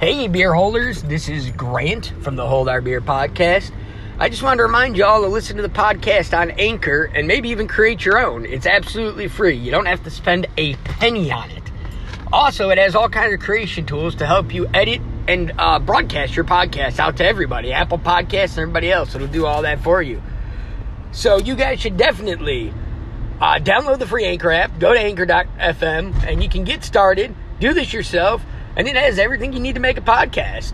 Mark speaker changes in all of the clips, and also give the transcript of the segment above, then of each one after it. Speaker 1: Hey, beer holders, this is Grant from the Hold Our Beer podcast. I just wanted to remind y'all to listen to the podcast on Anchor and maybe even create your own. It's absolutely free, you don't have to spend a penny on it. Also, it has all kinds of creation tools to help you edit and uh, broadcast your podcast out to everybody Apple Podcasts and everybody else. It'll do all that for you. So, you guys should definitely uh, download the free Anchor app, go to anchor.fm, and you can get started. Do this yourself, and it has everything you need to make a podcast.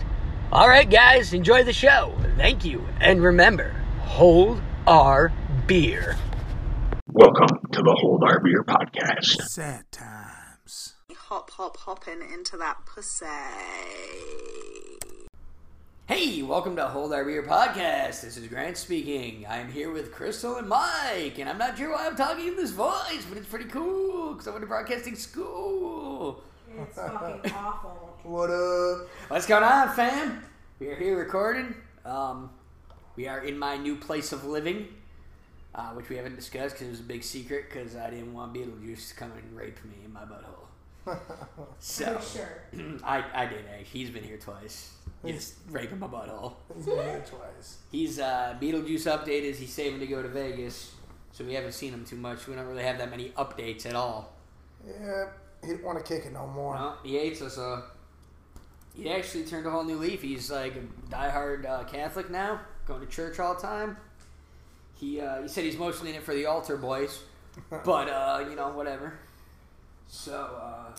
Speaker 1: All right, guys, enjoy the show. Thank you. And remember, hold our beer.
Speaker 2: Welcome to the Hold Our Beer podcast.
Speaker 3: Sad times.
Speaker 4: hop, hop, hopping into that pussy.
Speaker 1: Hey, welcome to Hold Our Beer podcast. This is Grant speaking. I'm here with Crystal and Mike, and I'm not sure why I'm talking in this voice, but it's pretty cool because I went to broadcasting school.
Speaker 4: It's fucking awful.
Speaker 3: What up?
Speaker 1: What's going on, fam? We are here recording. Um, we are in my new place of living, uh, which we haven't discussed because it was a big secret because I didn't want Beetlejuice to come and rape me in my butthole. So
Speaker 4: Sure.
Speaker 1: I, I did. eh? He's been here twice. He's raping my butthole.
Speaker 3: He's been here twice.
Speaker 1: He's uh, Beetlejuice update is he's saving to go to Vegas, so we haven't seen him too much. We don't really have that many updates at all.
Speaker 3: Yeah, he didn't want to kick it no more.
Speaker 1: Well, he hates us. Uh, he actually turned a whole new leaf. He's like a diehard uh, Catholic now, going to church all the time. He uh, he said he's mostly in it for the altar boys, but uh, you know whatever. So, uh,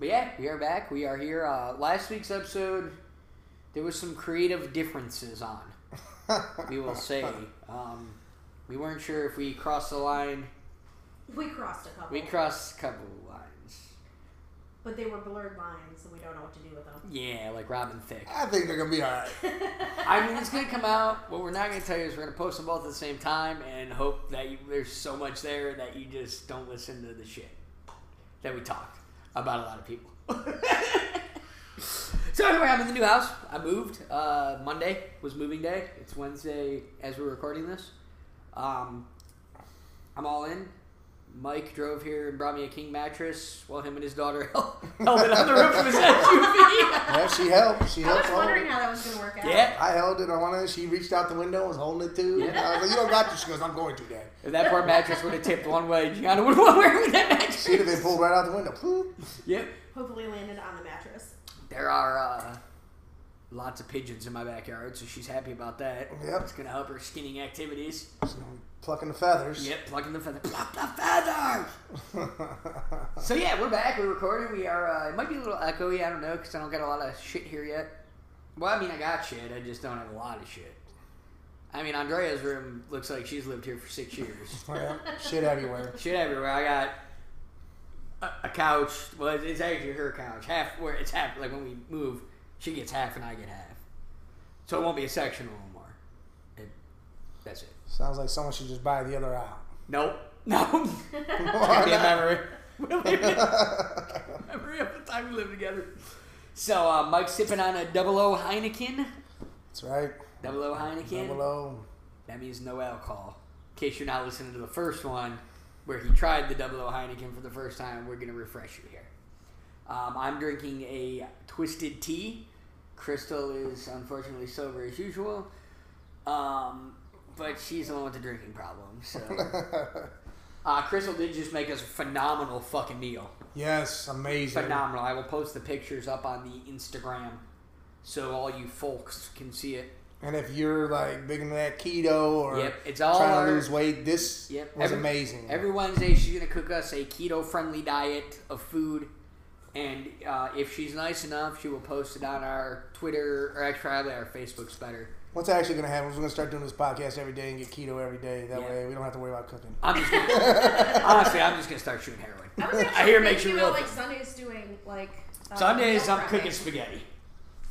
Speaker 1: but yeah, we are back. We are here. Uh, last week's episode, there was some creative differences on. We will say um, we weren't sure if we crossed the line.
Speaker 5: We crossed a couple,
Speaker 1: We crossed a couple lines.
Speaker 5: but they were blurred lines, and we don't know what to do with them.
Speaker 1: Yeah, like Robin Thicke.
Speaker 3: I think they're gonna be alright.
Speaker 1: I mean, it's gonna come out. What we're not gonna tell you is we're gonna post them both at the same time and hope that you, there's so much there that you just don't listen to the shit that we talked about a lot of people. so anyway, I'm in the new house. I moved. Uh, Monday was moving day. It's Wednesday as we're recording this. Um, I'm all in. Mike drove here and brought me a king mattress while him and his daughter held it on the roof of his SUV.
Speaker 3: Yeah, she helped. She
Speaker 5: I
Speaker 3: helped.
Speaker 5: was
Speaker 3: hold
Speaker 5: wondering
Speaker 3: it.
Speaker 5: how that was going to work out.
Speaker 1: yeah,
Speaker 3: I held it. I wanted. She reached out the window, and was holding it too. And I was like, "You don't got to." She goes, "I'm going to, Dad."
Speaker 1: If that poor mattress would have tipped one way, Gianna would have wearing that
Speaker 3: She'd have
Speaker 1: mattress.
Speaker 3: been pulled right out the window. Ploop.
Speaker 1: Yep.
Speaker 5: Hopefully, landed on the mattress.
Speaker 1: There are uh, lots of pigeons in my backyard, so she's happy about that.
Speaker 3: Yep.
Speaker 1: It's gonna help her skinning activities.
Speaker 3: She's plucking the feathers.
Speaker 1: Yep, plucking the feather. Pluck the feathers. so yeah, we're back. We're recording. We are. Uh, it might be a little echoey. I don't know because I don't got a lot of shit here yet. Well, I mean, I got shit. I just don't have a lot of shit. I mean, Andrea's room looks like she's lived here for six years.
Speaker 3: Yeah, Shit everywhere.
Speaker 1: Shit everywhere. I got a, a couch. Well, it's, it's actually her couch. Half where it's half. Like when we move, she gets half and I get half. So it won't be a sectional anymore. It, that's it.
Speaker 3: Sounds like someone should just buy the other aisle.
Speaker 1: Nope. No. Be a memory. memory of the time we lived together. So uh, Mike's sipping on a double O Heineken.
Speaker 3: That's right.
Speaker 1: Double O Heineken.
Speaker 3: Double O.
Speaker 1: That means no alcohol. In case you're not listening to the first one, where he tried the double O Heineken for the first time, we're going to refresh you here. Um, I'm drinking a twisted tea. Crystal is unfortunately sober as usual, um, but she's the one with the drinking problem. So, uh, Crystal did just make us a phenomenal fucking meal.
Speaker 3: Yes, amazing.
Speaker 1: Phenomenal. I will post the pictures up on the Instagram, so all you folks can see it.
Speaker 3: And if you're like big into that keto or
Speaker 1: Yep, it's all
Speaker 3: trying
Speaker 1: our-
Speaker 3: to lose weight, this
Speaker 1: Yep.
Speaker 3: was
Speaker 1: Every-
Speaker 3: amazing.
Speaker 1: Every Wednesday, she's going to cook us a keto friendly diet of food. And uh, if she's nice enough, she will post it on our Twitter, or actually, probably our Facebook's better.
Speaker 3: What's actually going to happen? is We're going to start doing this podcast every day and get keto every day. That
Speaker 1: Yeah.
Speaker 3: way we don't have to worry about cooking.
Speaker 1: I'm just gonna, honestly, I'm just going to start shooting heroin.
Speaker 5: I, was actually
Speaker 1: I hear it
Speaker 5: thinking
Speaker 1: makes you
Speaker 5: about,
Speaker 1: real.
Speaker 5: like Sundays doing like uh,
Speaker 1: Sundays,
Speaker 5: meal
Speaker 1: I'm
Speaker 5: prepping.
Speaker 1: cooking spaghetti.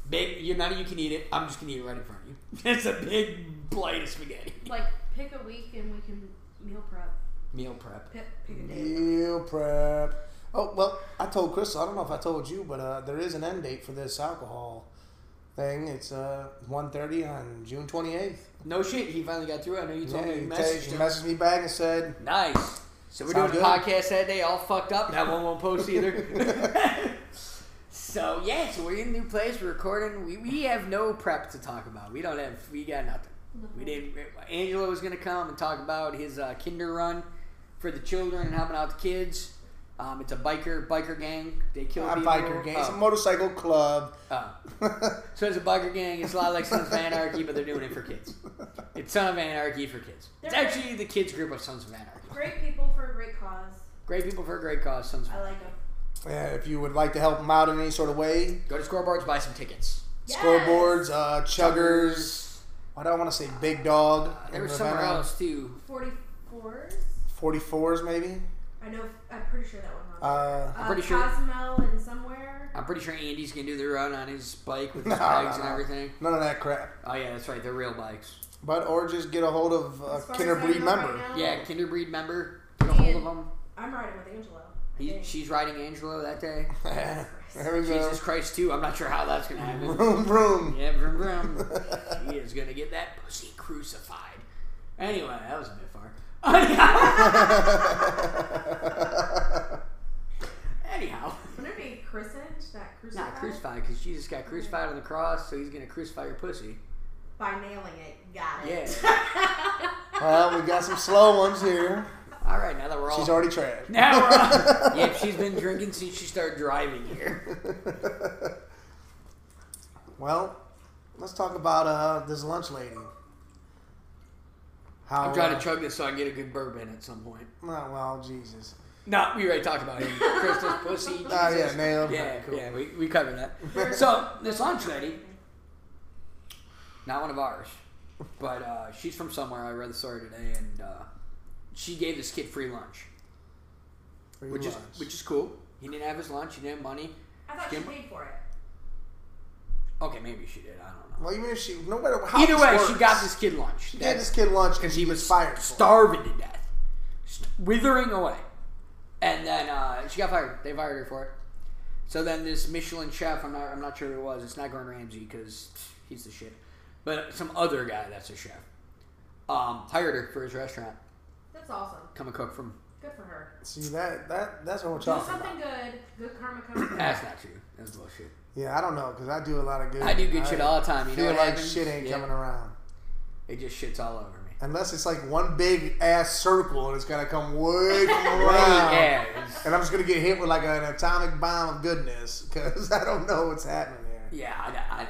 Speaker 1: Big, you, none of you can eat it. I'm just going to eat it right in front of you. It's a big plate of spaghetti.
Speaker 5: Like pick a week and we can meal prep.
Speaker 1: Meal prep.
Speaker 5: Pick, pick a day.
Speaker 3: Meal prep. Oh well, I told Crystal. I don't know if I told you, but uh, there is an end date for this alcohol thing. It's uh 1.30 on June twenty eighth.
Speaker 1: No shit, he finally got through. I know you told
Speaker 3: Yeah,
Speaker 1: me you
Speaker 3: he
Speaker 1: messaged
Speaker 3: text- he
Speaker 1: him.
Speaker 3: messaged me back and said,
Speaker 1: Nice. So we're
Speaker 3: Sound
Speaker 1: doing a
Speaker 3: good?
Speaker 1: podcast that day, all fucked up. That one won't post either. So yeah, so we're in a new place. We're recording. We, we have no prep to talk about. We don't have. We got nothing. We didn't. Angelo was gonna come and talk about his uh, Kinder Run for the children and helping out the kids. Um, it's a biker biker gang. They kill
Speaker 3: A
Speaker 1: people.
Speaker 3: biker gang. It's a
Speaker 1: Oh,
Speaker 3: motorcycle club.
Speaker 1: oh. So it's a biker gang. It's a lot like Sons of Anarchy, but they're doing it for kids. It's Sons of Anarchy for kids. It's actually the kids group of Sons of Anarchy.
Speaker 5: Great people for a great cause.
Speaker 1: Great people for a great cause. Sons of
Speaker 5: I
Speaker 1: Anarchy.
Speaker 5: like them.
Speaker 3: yeah, if you would like to help them out in any sort of way,
Speaker 1: Go to scoreboards, buy some tickets.
Speaker 5: Yes!
Speaker 3: scoreboards, uh, chuggers. Why do I want to say big dog?
Speaker 1: There was Uh, somewhere else too.
Speaker 5: 44s?
Speaker 3: Forty fours maybe.
Speaker 5: I know, I'm pretty sure that one was.
Speaker 3: Uh,
Speaker 5: Uh,
Speaker 1: pretty sure-
Speaker 5: Cozumel and somewhere.
Speaker 1: I'm pretty sure Andy's gonna do the run on his bike with his
Speaker 3: No,
Speaker 1: bags
Speaker 3: no,
Speaker 1: and
Speaker 3: no.
Speaker 1: everything.
Speaker 3: none of that crap.
Speaker 1: Oh yeah, that's right. They're real bikes.
Speaker 3: But or just get a hold of a
Speaker 1: Uh,
Speaker 5: As far
Speaker 3: Kinder
Speaker 5: as I
Speaker 3: Breed
Speaker 5: know right
Speaker 3: member.
Speaker 5: now,
Speaker 1: Yeah, Kinderbreed member. Get a hold of him.
Speaker 5: I'm riding with Angelo.
Speaker 1: He,
Speaker 5: Yeah.
Speaker 1: she's riding Angelo that day.
Speaker 3: there we go.
Speaker 1: Jesus Christ, too. I'm not sure how that's gonna happen.
Speaker 3: Vroom vroom.
Speaker 1: Yeah, vroom vroom. he is gonna get that pussy crucified. Anyway, that was a bit far. Anyhow,
Speaker 5: Wouldn't it be christened? That crucified?
Speaker 1: not crucified because Jesus got crucified on the cross, so he's gonna crucify your pussy.
Speaker 5: By nailing it. Got it.
Speaker 1: Yeah.
Speaker 3: Well, we got some slow ones here.
Speaker 1: All right, now that we're all
Speaker 3: She's already trash.
Speaker 1: Now we're on. yep, she's been drinking since she started driving here.
Speaker 3: Well, let's talk about uh, this lunch lady. How?
Speaker 1: I'm trying
Speaker 3: uh,
Speaker 1: to chug this so I can get a good bourbon at some point.
Speaker 3: oh, well, Jesus.
Speaker 1: No, we already talked about it. Krista's pussy. Jesus.
Speaker 3: Oh yeah, nailed.
Speaker 1: yeah,
Speaker 3: cool.
Speaker 1: yeah, we, we covered that. So, this lunch lady, not one of ours, but uh, she's from somewhere. I read the story today, and uh, she gave this kid free lunch,
Speaker 3: Free
Speaker 1: which
Speaker 3: lunch.
Speaker 1: is which is cool. He didn't have his lunch, he didn't have money.
Speaker 5: I thought she
Speaker 1: Skim-
Speaker 5: paid for it.
Speaker 1: Okay, maybe she did. I don't know.
Speaker 3: well, even if she, no matter how.
Speaker 1: Either
Speaker 3: this
Speaker 1: way,
Speaker 3: works,
Speaker 1: she got this kid lunch.
Speaker 3: She gave this kid lunch because
Speaker 1: he was
Speaker 3: fired. for it.
Speaker 1: starving to death, St- withering away, and then uh, she got fired. They fired her for it. So then this Michelin chef, I'm not, I'm not sure who it was. It's not Gordon Ramsay because he's the shit, but some other guy that's a chef um, hired her for his restaurant.
Speaker 5: That's awesome.
Speaker 1: Come and cook from.
Speaker 5: Good for her.
Speaker 3: See that that that's what we're
Speaker 5: Do
Speaker 3: talking
Speaker 5: something
Speaker 3: about.
Speaker 5: good. Good karma comes from
Speaker 1: That's not true. That's bullshit.
Speaker 3: Yeah, I don't know because I do a lot of good.
Speaker 1: I do good shit all the time. You know
Speaker 3: feel
Speaker 1: what
Speaker 3: like
Speaker 1: happens?
Speaker 3: shit ain't
Speaker 1: Yeah.
Speaker 3: coming around
Speaker 1: It just shits all over me.
Speaker 3: unless it's like one big ass circle and it's gonna come way
Speaker 1: Right,
Speaker 3: from around.
Speaker 1: yeah, it's-
Speaker 3: And I'm just gonna get hit with like an atomic bomb of goodness because I don't know what's happening there.
Speaker 1: yeah. I,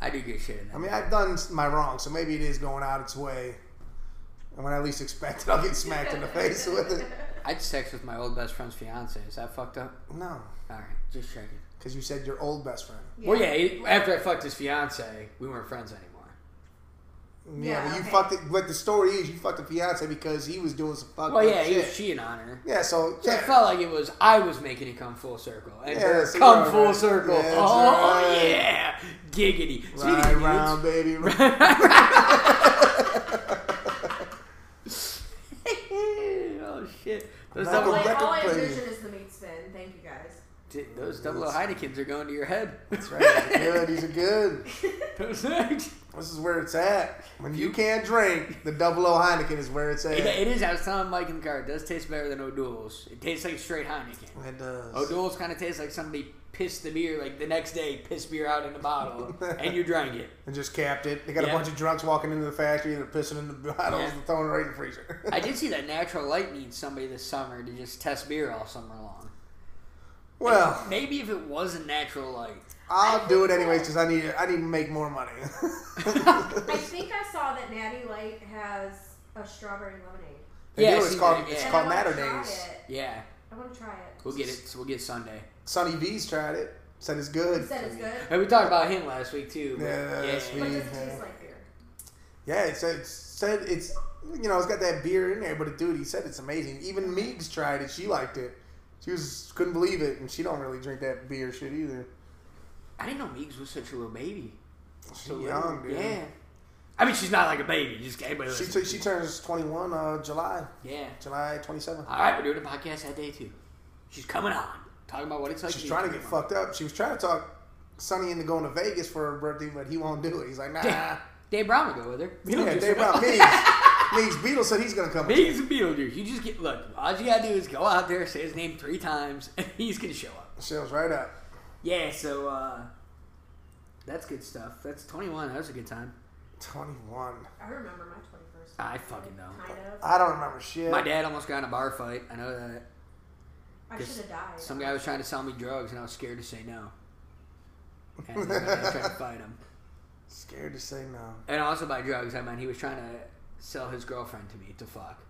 Speaker 1: I, I do good shit. In that.
Speaker 3: I mean, I've done my wrong, so maybe it is going out its way. And when I least expect it, I'll get smacked in the face with it.
Speaker 1: I just text with my old best friend's fiance. Is that fucked up?
Speaker 3: No,
Speaker 1: All right, just checking.
Speaker 3: because you said your old best friend.
Speaker 1: Well, yeah. he- After I fucked his fiance, we weren't friends anymore.
Speaker 3: Yeah,
Speaker 5: Yeah,
Speaker 3: but you
Speaker 5: okay.
Speaker 3: fucked it. But the story is, you fucked the fiance because he was doing some fucked
Speaker 1: Well,
Speaker 3: up
Speaker 1: yeah, he
Speaker 3: Oh, shit.
Speaker 1: was cheating on her.
Speaker 3: yeah, so
Speaker 1: So
Speaker 3: yeah,
Speaker 1: it felt like it was I was making it come full circle, and
Speaker 3: Yeah,
Speaker 1: her
Speaker 3: that's
Speaker 1: come
Speaker 3: right.
Speaker 1: full circle.
Speaker 3: That's
Speaker 1: oh
Speaker 3: right.
Speaker 1: yeah, giggity. Speaking
Speaker 3: right
Speaker 1: of
Speaker 3: round,
Speaker 1: dudes,
Speaker 3: baby.
Speaker 1: oh shit, those
Speaker 3: Not
Speaker 5: All
Speaker 1: double,
Speaker 5: I- all I
Speaker 3: Record player.
Speaker 5: envision is the meat spin. Thank you guys.
Speaker 1: Dude, those double O Heinekens are going to your head.
Speaker 3: That's right. These are good. These are good.
Speaker 1: Those things.
Speaker 3: This is where it's at. When you can't drink, the double O Heineken is where it's at.
Speaker 1: It, it is. I was telling Mike in the car. It does taste better than O'Doul's. It tastes like straight Heineken.
Speaker 3: It does.
Speaker 1: O'Doul's kind of tastes like somebody pissed the beer, like the next day, pissed beer out in the bottle, and you drank it.
Speaker 3: and just capped it. They got
Speaker 1: Yeah.
Speaker 3: a bunch of drunks walking into the factory and they're pissing in the bottles
Speaker 1: Yeah.
Speaker 3: and throwing it right in the freezer.
Speaker 1: I did see that Natural Light needs somebody this summer to just test beer all summer long.
Speaker 3: well,
Speaker 1: Maybe if it wasn't Natural Light.
Speaker 3: I'll do it anyways because I need I need to make more money.
Speaker 5: I think I saw that Natty Light has a strawberry lemonade.
Speaker 3: They
Speaker 1: Yeah,
Speaker 3: do.
Speaker 1: I
Speaker 3: It's
Speaker 1: see
Speaker 3: called
Speaker 1: that,
Speaker 3: it's
Speaker 1: yeah.
Speaker 3: called
Speaker 5: And I
Speaker 3: Matter
Speaker 5: wanna try
Speaker 3: Days.
Speaker 5: it.
Speaker 1: Yeah,
Speaker 5: I want to try it.
Speaker 1: we'll get it. So we'll get Sunday.
Speaker 3: Sonny V's tried it. Said it's
Speaker 5: You
Speaker 3: good.
Speaker 5: said it's good,
Speaker 1: And we talked about him last week too. but-
Speaker 3: Yeah, that's
Speaker 5: but it doesn't
Speaker 3: Yeah.
Speaker 5: taste like beer.
Speaker 3: Yeah, it said, it said it's you know it's got that beer in there, but it, dude, he said it's amazing. Even Meegs tried it. She liked it. She was couldn't believe it, and she don't really drink that beer shit either.
Speaker 1: I didn't know Meeks was such a little baby.
Speaker 3: She's
Speaker 1: So
Speaker 3: young, dude.
Speaker 1: Yeah. I mean, she's not like a baby. Just anybody.
Speaker 3: She,
Speaker 1: listen.
Speaker 3: t- she turns 21 uh, July,
Speaker 1: yeah.
Speaker 3: July 27th.
Speaker 1: All right, we're doing a podcast that day too. She's coming on, talking about what it's like.
Speaker 3: She's
Speaker 1: be
Speaker 3: trying to
Speaker 1: a
Speaker 3: get
Speaker 1: mom.
Speaker 3: fucked up. She was trying to talk Sonny into going to Vegas for her birthday, but he won't do it. He's like, nah. Yeah,
Speaker 1: Dave Brown will go with her. Beetlejuice
Speaker 3: Dave
Speaker 1: will
Speaker 3: Brown.
Speaker 1: go.
Speaker 3: Meegs. Meegs Beatles said he's going to come. with
Speaker 1: Meeks and Beetlejuice. You just get look. All you gotta do is go out there, say his name three times, and he's gonna show up.
Speaker 3: you. Shows right up.
Speaker 1: Yeah, so uh, that's good stuff. That's 21. That was a good time.
Speaker 3: 21.
Speaker 5: I remember my 21st.
Speaker 1: I fucking know.
Speaker 5: Kind of.
Speaker 3: I don't remember shit.
Speaker 1: My dad almost got in a bar fight. I know that.
Speaker 5: I
Speaker 1: Just
Speaker 5: should have died.
Speaker 1: Some guy was trying to sell me drugs, and I was scared to say no. And then I tried to fight him.
Speaker 3: Scared to say no.
Speaker 1: And also by drugs, I meant he was trying to sell his girlfriend to me to fuck.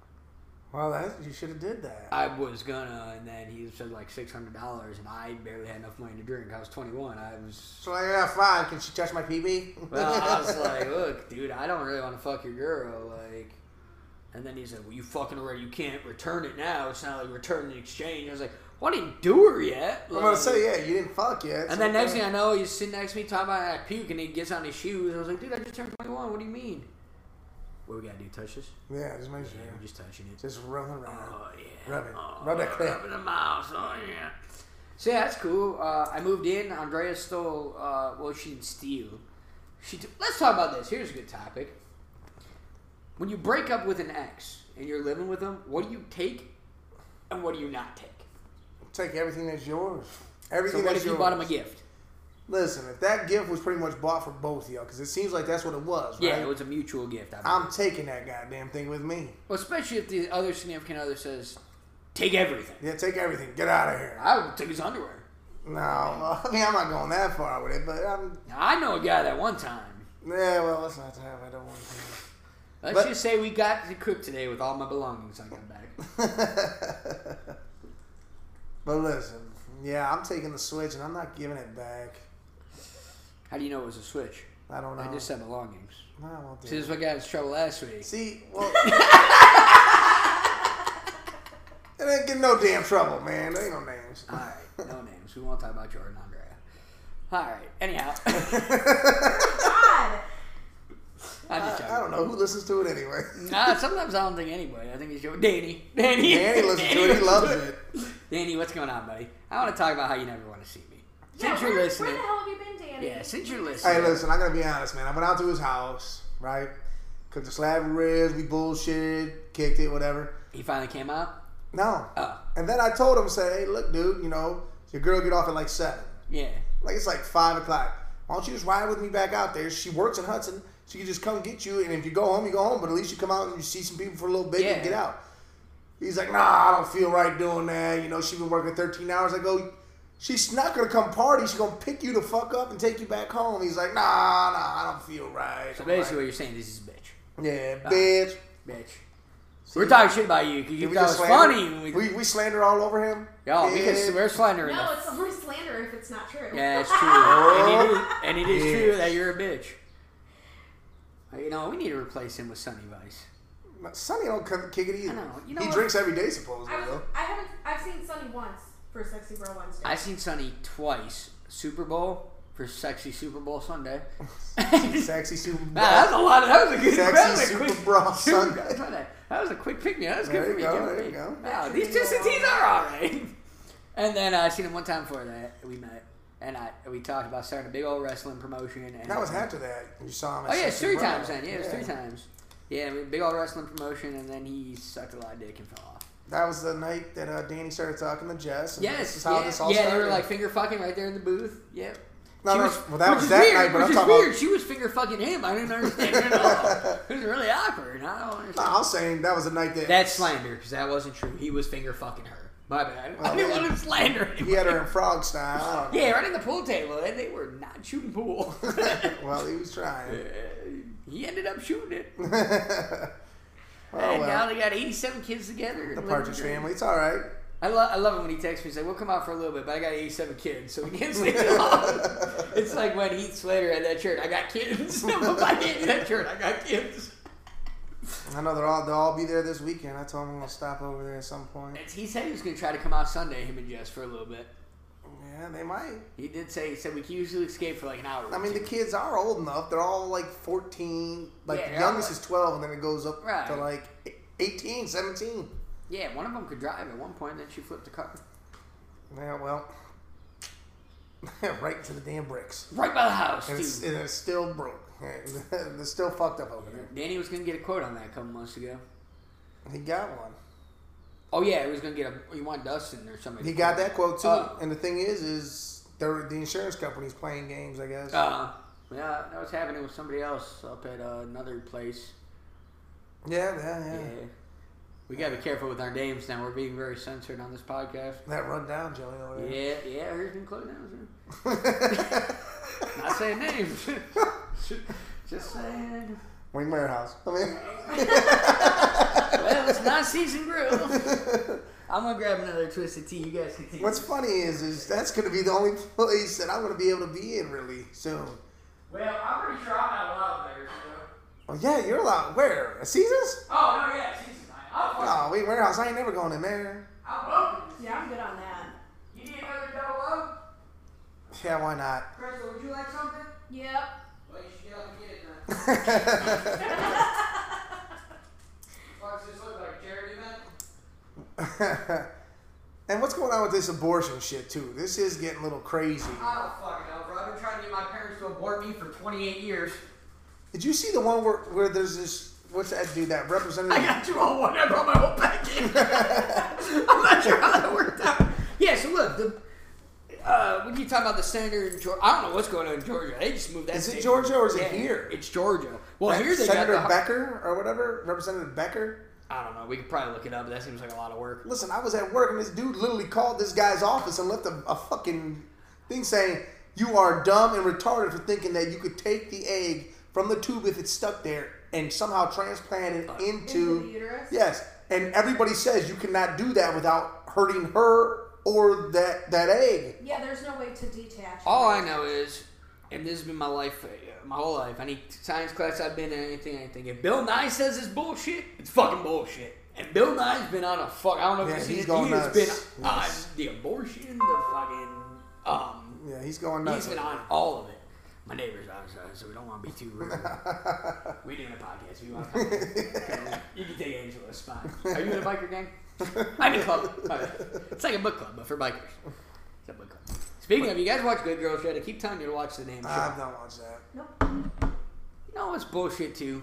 Speaker 3: Well, that you should have did that.
Speaker 1: I was gonna, and then he said like six hundred dollars, and I barely had enough money to drink. I was twenty one. I was.
Speaker 3: so like, yeah, fine. Can she touch my PB?
Speaker 1: Well, I was like, look, dude, I don't really want to fuck your girl, like. And then he said, well, you fucking already, you can't return it now. It's not like return the exchange. I was like, well, I didn't do her yet.
Speaker 3: I'm gonna
Speaker 1: like-
Speaker 3: say, yeah, you didn't fuck yet.
Speaker 1: And then next thing I know, he's sitting next to me talking about how I puke, and he gets on his shoes. I was like, dude, I just turned 21. What do you mean? What we gotta do? Touch this?
Speaker 3: yeah, just make sure.
Speaker 1: Yeah, I'm just touching it.
Speaker 3: Just run around.
Speaker 1: Oh yeah.
Speaker 3: Rub it.
Speaker 1: Oh,
Speaker 3: Rub that clit.
Speaker 1: Rub it in the mouth. Oh yeah. So yeah, that's cool. Uh, I moved in. Andrea stole. Uh, well, she didn't steal. She. T- Let's talk about this. Here's a good topic. When you break up with an ex and you're living with them, what do you take, and what do you not take?
Speaker 3: Take everything that's yours.
Speaker 1: So
Speaker 3: Everything
Speaker 1: what
Speaker 3: that's
Speaker 1: if you
Speaker 3: yours.
Speaker 1: bought him a gift?
Speaker 3: Listen, if that gift was pretty much bought for both of y'all, because it seems like that's what it was, right?
Speaker 1: Yeah, it was a mutual gift. I believe.
Speaker 3: I'm taking that goddamn thing with me.
Speaker 1: Well, especially if the other significant other says, "Take everything."
Speaker 3: Yeah, take everything. Get out of here.
Speaker 1: I would take his underwear.
Speaker 3: No, well, I mean I'm not going that far with it, but I'm.
Speaker 1: Now I know a guy that one time.
Speaker 3: Yeah, well, let's not have. I don't want to.
Speaker 1: Let's
Speaker 3: But-
Speaker 1: just say we got to cook today with all my belongings. I got back.
Speaker 3: but listen, yeah, I'm taking the switch and I'm not giving it back.
Speaker 1: How do you know it was a switch?
Speaker 3: I don't know.
Speaker 1: I just said belongings.
Speaker 3: no, I won't do
Speaker 1: See,
Speaker 3: it.
Speaker 1: this is what got us in trouble last week.
Speaker 3: See, well, it ain't getting no damn trouble, man. There ain't no names.
Speaker 1: All right, no names. We won't talk about Jordan Andrea. All right. Anyhow,
Speaker 5: God!
Speaker 1: I'm just
Speaker 3: I, I
Speaker 1: joking.
Speaker 3: don't know who listens to it anyway.
Speaker 1: Nah, sometimes I don't think anybody. I think it's your Danny. Danny.
Speaker 3: Danny listens to it. He loves it.
Speaker 1: Danny, what's going on, buddy? I want to talk about how you never want to see me.
Speaker 5: Yeah,
Speaker 1: Since
Speaker 5: where,
Speaker 1: you're
Speaker 5: where
Speaker 1: listening,
Speaker 5: the hell have you been, Danny?
Speaker 1: yeah. Since you're listening,
Speaker 3: Hey, listen, I gotta be honest, man. I went out to his house, right? Cooked a slab of ribs, we bullshit, kicked it, whatever.
Speaker 1: he finally came out.
Speaker 3: No.
Speaker 1: Oh,
Speaker 3: And then I told him, say, hey, look, dude, you know, your girl get off at like seven.
Speaker 1: yeah.
Speaker 3: Like it's like five o'clock. Why don't you just ride with me back out there? She works in Hudson. She can just come get you, and if you go home, you go home. But at least you come out and you see some people for a little bit
Speaker 1: Yeah.
Speaker 3: and get out. He's like, nah, I don't feel right doing that. You know, she been working 13 hours. I go, she's not gonna come party. She's gonna pick you the fuck up and take you back home. He's like, nah, nah, I don't feel right.
Speaker 1: So
Speaker 3: I'm like,
Speaker 1: basically, what you're saying is he's a bitch.
Speaker 3: yeah, bitch.
Speaker 1: Bitch. We're talking shit about you because you
Speaker 3: Did
Speaker 1: thought it was
Speaker 3: just slander-
Speaker 1: funny. when We,
Speaker 3: We, we slander all over him.
Speaker 1: y'all, because
Speaker 3: Yeah.
Speaker 1: we're slandering.
Speaker 5: No,
Speaker 1: the-
Speaker 5: it's only slander if it's not true.
Speaker 1: Yeah, it's true. and, it is, and it is true
Speaker 3: Oh. Yes.
Speaker 1: that you're a bitch. Uh, You know, we need to replace him with Sunny Vice.
Speaker 3: Sonny don't c- kick it either.
Speaker 1: I know. You know
Speaker 3: he
Speaker 1: what?
Speaker 3: drinks every day, supposedly.
Speaker 5: I, was,
Speaker 3: though.
Speaker 5: I haven't. I've seen Sunny once for Sexy Bro Wednesday.
Speaker 1: I've seen Sunny twice. Super Bowl for sexy Super Bowl Sunday.
Speaker 3: Sexy super.
Speaker 1: Nah, that's a lot. That was a good.
Speaker 3: Sexy
Speaker 1: that was a
Speaker 3: Super
Speaker 1: quick-
Speaker 3: Brawl
Speaker 1: Super-
Speaker 3: Sunday.
Speaker 1: try that. That was a quick pick me. That was
Speaker 3: There
Speaker 1: good for
Speaker 3: you
Speaker 1: me.
Speaker 3: go,
Speaker 1: good for
Speaker 3: there
Speaker 1: me.
Speaker 3: you go.
Speaker 1: Wow, these two cities are all right. And then uh, I seen him one time before that we met, and I we talked about starting a big old wrestling promotion. And
Speaker 3: That was after that. You saw him.
Speaker 1: Oh
Speaker 3: at
Speaker 1: yeah, it's
Speaker 3: Sexy
Speaker 1: three
Speaker 3: Brown.
Speaker 1: times then. Yeah, it was three times. Yeah, we- big old wrestling promotion, and then he sucked a lot of dick and fell off.
Speaker 3: That was the night that uh, Danny started talking to Jess. And
Speaker 1: Yes,
Speaker 3: this is how
Speaker 1: yeah,
Speaker 3: this all
Speaker 1: yeah,
Speaker 3: started.
Speaker 1: they were like finger fucking right there in the booth. Yep.
Speaker 3: No,
Speaker 1: She
Speaker 3: no,
Speaker 1: was-
Speaker 3: well, that
Speaker 1: which
Speaker 3: was
Speaker 1: is
Speaker 3: that
Speaker 1: weird,
Speaker 3: night, but
Speaker 1: which
Speaker 3: I'm
Speaker 1: is
Speaker 3: talking about-
Speaker 1: weird. She was finger fucking him. I didn't understand it at all. It was really awkward. and I don't
Speaker 3: No,
Speaker 1: understand.
Speaker 3: I was saying that was the night that
Speaker 1: That's slander because that wasn't true. He was finger fucking her. My bad. I
Speaker 3: Oh,
Speaker 1: didn't
Speaker 3: yeah.
Speaker 1: want to slander
Speaker 3: he
Speaker 1: anybody.
Speaker 3: had her in frog style. I don't know.
Speaker 1: Yeah, right in the pool table, and they were not shooting pool.
Speaker 3: well, he was trying.
Speaker 1: he ended up shooting it.
Speaker 3: Oh
Speaker 1: and now
Speaker 3: well,
Speaker 1: they got 87 kids together.
Speaker 3: the
Speaker 1: living
Speaker 3: Partridge
Speaker 1: dream.
Speaker 3: family. It's all right.
Speaker 1: I, lo- I love it when he texts me. He's like, "We'll come out for a little bit, but I got 87 kids, so we can't sleep at all." it's like when Heath Slater had that shirt. I got kids. but I had that shirt. I got kids.
Speaker 3: I know they're all they'll all be there this weekend. I told him I'm gonna stop over there at some point.
Speaker 1: It's, he said he was going to try to come out Sunday, him and Jess, for a little bit.
Speaker 3: Yeah, they might.
Speaker 1: He did say he said we can usually escape for like an hour. or
Speaker 3: I mean,
Speaker 1: two."
Speaker 3: the kids are old enough. They're all like 14. Like,
Speaker 1: Yeah,
Speaker 3: the youngest
Speaker 1: like-
Speaker 3: is 12, and then it goes up
Speaker 1: Right.
Speaker 3: to like e-, 18, 17.
Speaker 1: yeah, one of them could drive at one point, then she flipped the car
Speaker 3: Yeah, well, right into the damn bricks.
Speaker 1: right by the house.
Speaker 3: And it's,
Speaker 1: Dude.
Speaker 3: and it's still broke. And it's still fucked up over there.
Speaker 1: Danny was going to get a quote on that a couple months ago.
Speaker 3: He got one.
Speaker 1: Oh yeah, he was going to get a. He wanted Dustin or somebody.
Speaker 3: He got that quote too.
Speaker 1: Oh.
Speaker 3: And the thing is, is they're, the insurance company's playing games, I guess.
Speaker 1: Uh, yeah, that was happening with somebody else up at uh, another place.
Speaker 3: yeah, yeah, yeah,
Speaker 1: Yeah. We gotta be careful with our names now. We're being very censored on this podcast.
Speaker 3: That rundown, Joey. Over there.
Speaker 1: Yeah, yeah, here's been closed down. Not saying names. Just saying.
Speaker 3: Wingmare House. I mean,
Speaker 1: Well, it's not season grill. I'm gonna grab another twisted tea. You guys can take.
Speaker 3: what's funny is, is that's going to be the only place that I'm going to be able to be in really soon.
Speaker 1: Well, I'm pretty sure I'm not allowed there. So.
Speaker 3: Oh yeah, you're allowed. Where? A Caesar's?
Speaker 1: Oh no, yeah, season nine. I'll fuck.
Speaker 3: Oh, wait, warehouse. I ain't never going in there.
Speaker 1: I'm open.
Speaker 5: Yeah, I'm good on that.
Speaker 1: You need another double O?
Speaker 3: Yeah, why not?
Speaker 1: Crystal, would you like something?
Speaker 5: Yep.
Speaker 1: Well, you should get up and get it then. Why does this look like a charity event?
Speaker 3: and what's going on with this abortion shit too? This is getting a little crazy.
Speaker 1: I don't fucking know, bro. I've been trying to get my parents to abort me for 28 years.
Speaker 3: Did you see the one where, where there's this? What's that dude? That representative?
Speaker 1: I got you on one. I brought my whole package. I'm not sure how that worked out. Yeah, so look, the uh, when you talk about the senator in Georgia, I don't know what's going on in Georgia. They just moved that.
Speaker 3: Is it
Speaker 1: state-
Speaker 3: Georgia or is it
Speaker 1: Yeah,
Speaker 3: here?
Speaker 1: It's Georgia. Well, here they
Speaker 3: Senator
Speaker 1: got the,
Speaker 3: Becker or whatever. Representative Becker.
Speaker 1: I don't know. We could probably look it up. But that seems like a lot of work.
Speaker 3: Listen, I was at work and this dude literally called this guy's office and left a, a fucking thing saying, "You are dumb and retarded for thinking that you could take the egg from the tube if it's stuck there and somehow transplant
Speaker 1: Uh,
Speaker 3: it into,
Speaker 5: Into the uterus?
Speaker 3: Yes, and everybody says you cannot do that without hurting her or that that egg.
Speaker 5: Yeah, there's no way to detach.
Speaker 1: All Oh, I know is, and this has been my life, uh, my whole life. Any science class I've been in, anything, anything. If Bill Nye says it's bullshit, it's fucking bullshit. And Bill Nye's been on a fuck. I don't know if
Speaker 3: Yeah,
Speaker 1: you've seen
Speaker 3: he's
Speaker 1: it. He
Speaker 3: going
Speaker 1: has
Speaker 3: nuts.
Speaker 1: been
Speaker 3: Yes.
Speaker 1: on the abortion, the fucking um,
Speaker 3: Yeah, he's going
Speaker 1: He's
Speaker 3: nuts.
Speaker 1: been on all of it. My neighbors, obviously, so we don't want to be too rude. we doing a podcast. We want. To you can take Angela. It's fine. Are you in a biker gang? I'm in a club. Alright. It's like a book club, but for bikers. It's a book club. Speaking of, you guys watch Good Girls Shed. I keep telling you to watch the name.
Speaker 3: I've
Speaker 1: Show.
Speaker 3: not watched that.
Speaker 5: Nope.
Speaker 1: You know what's bullshit too?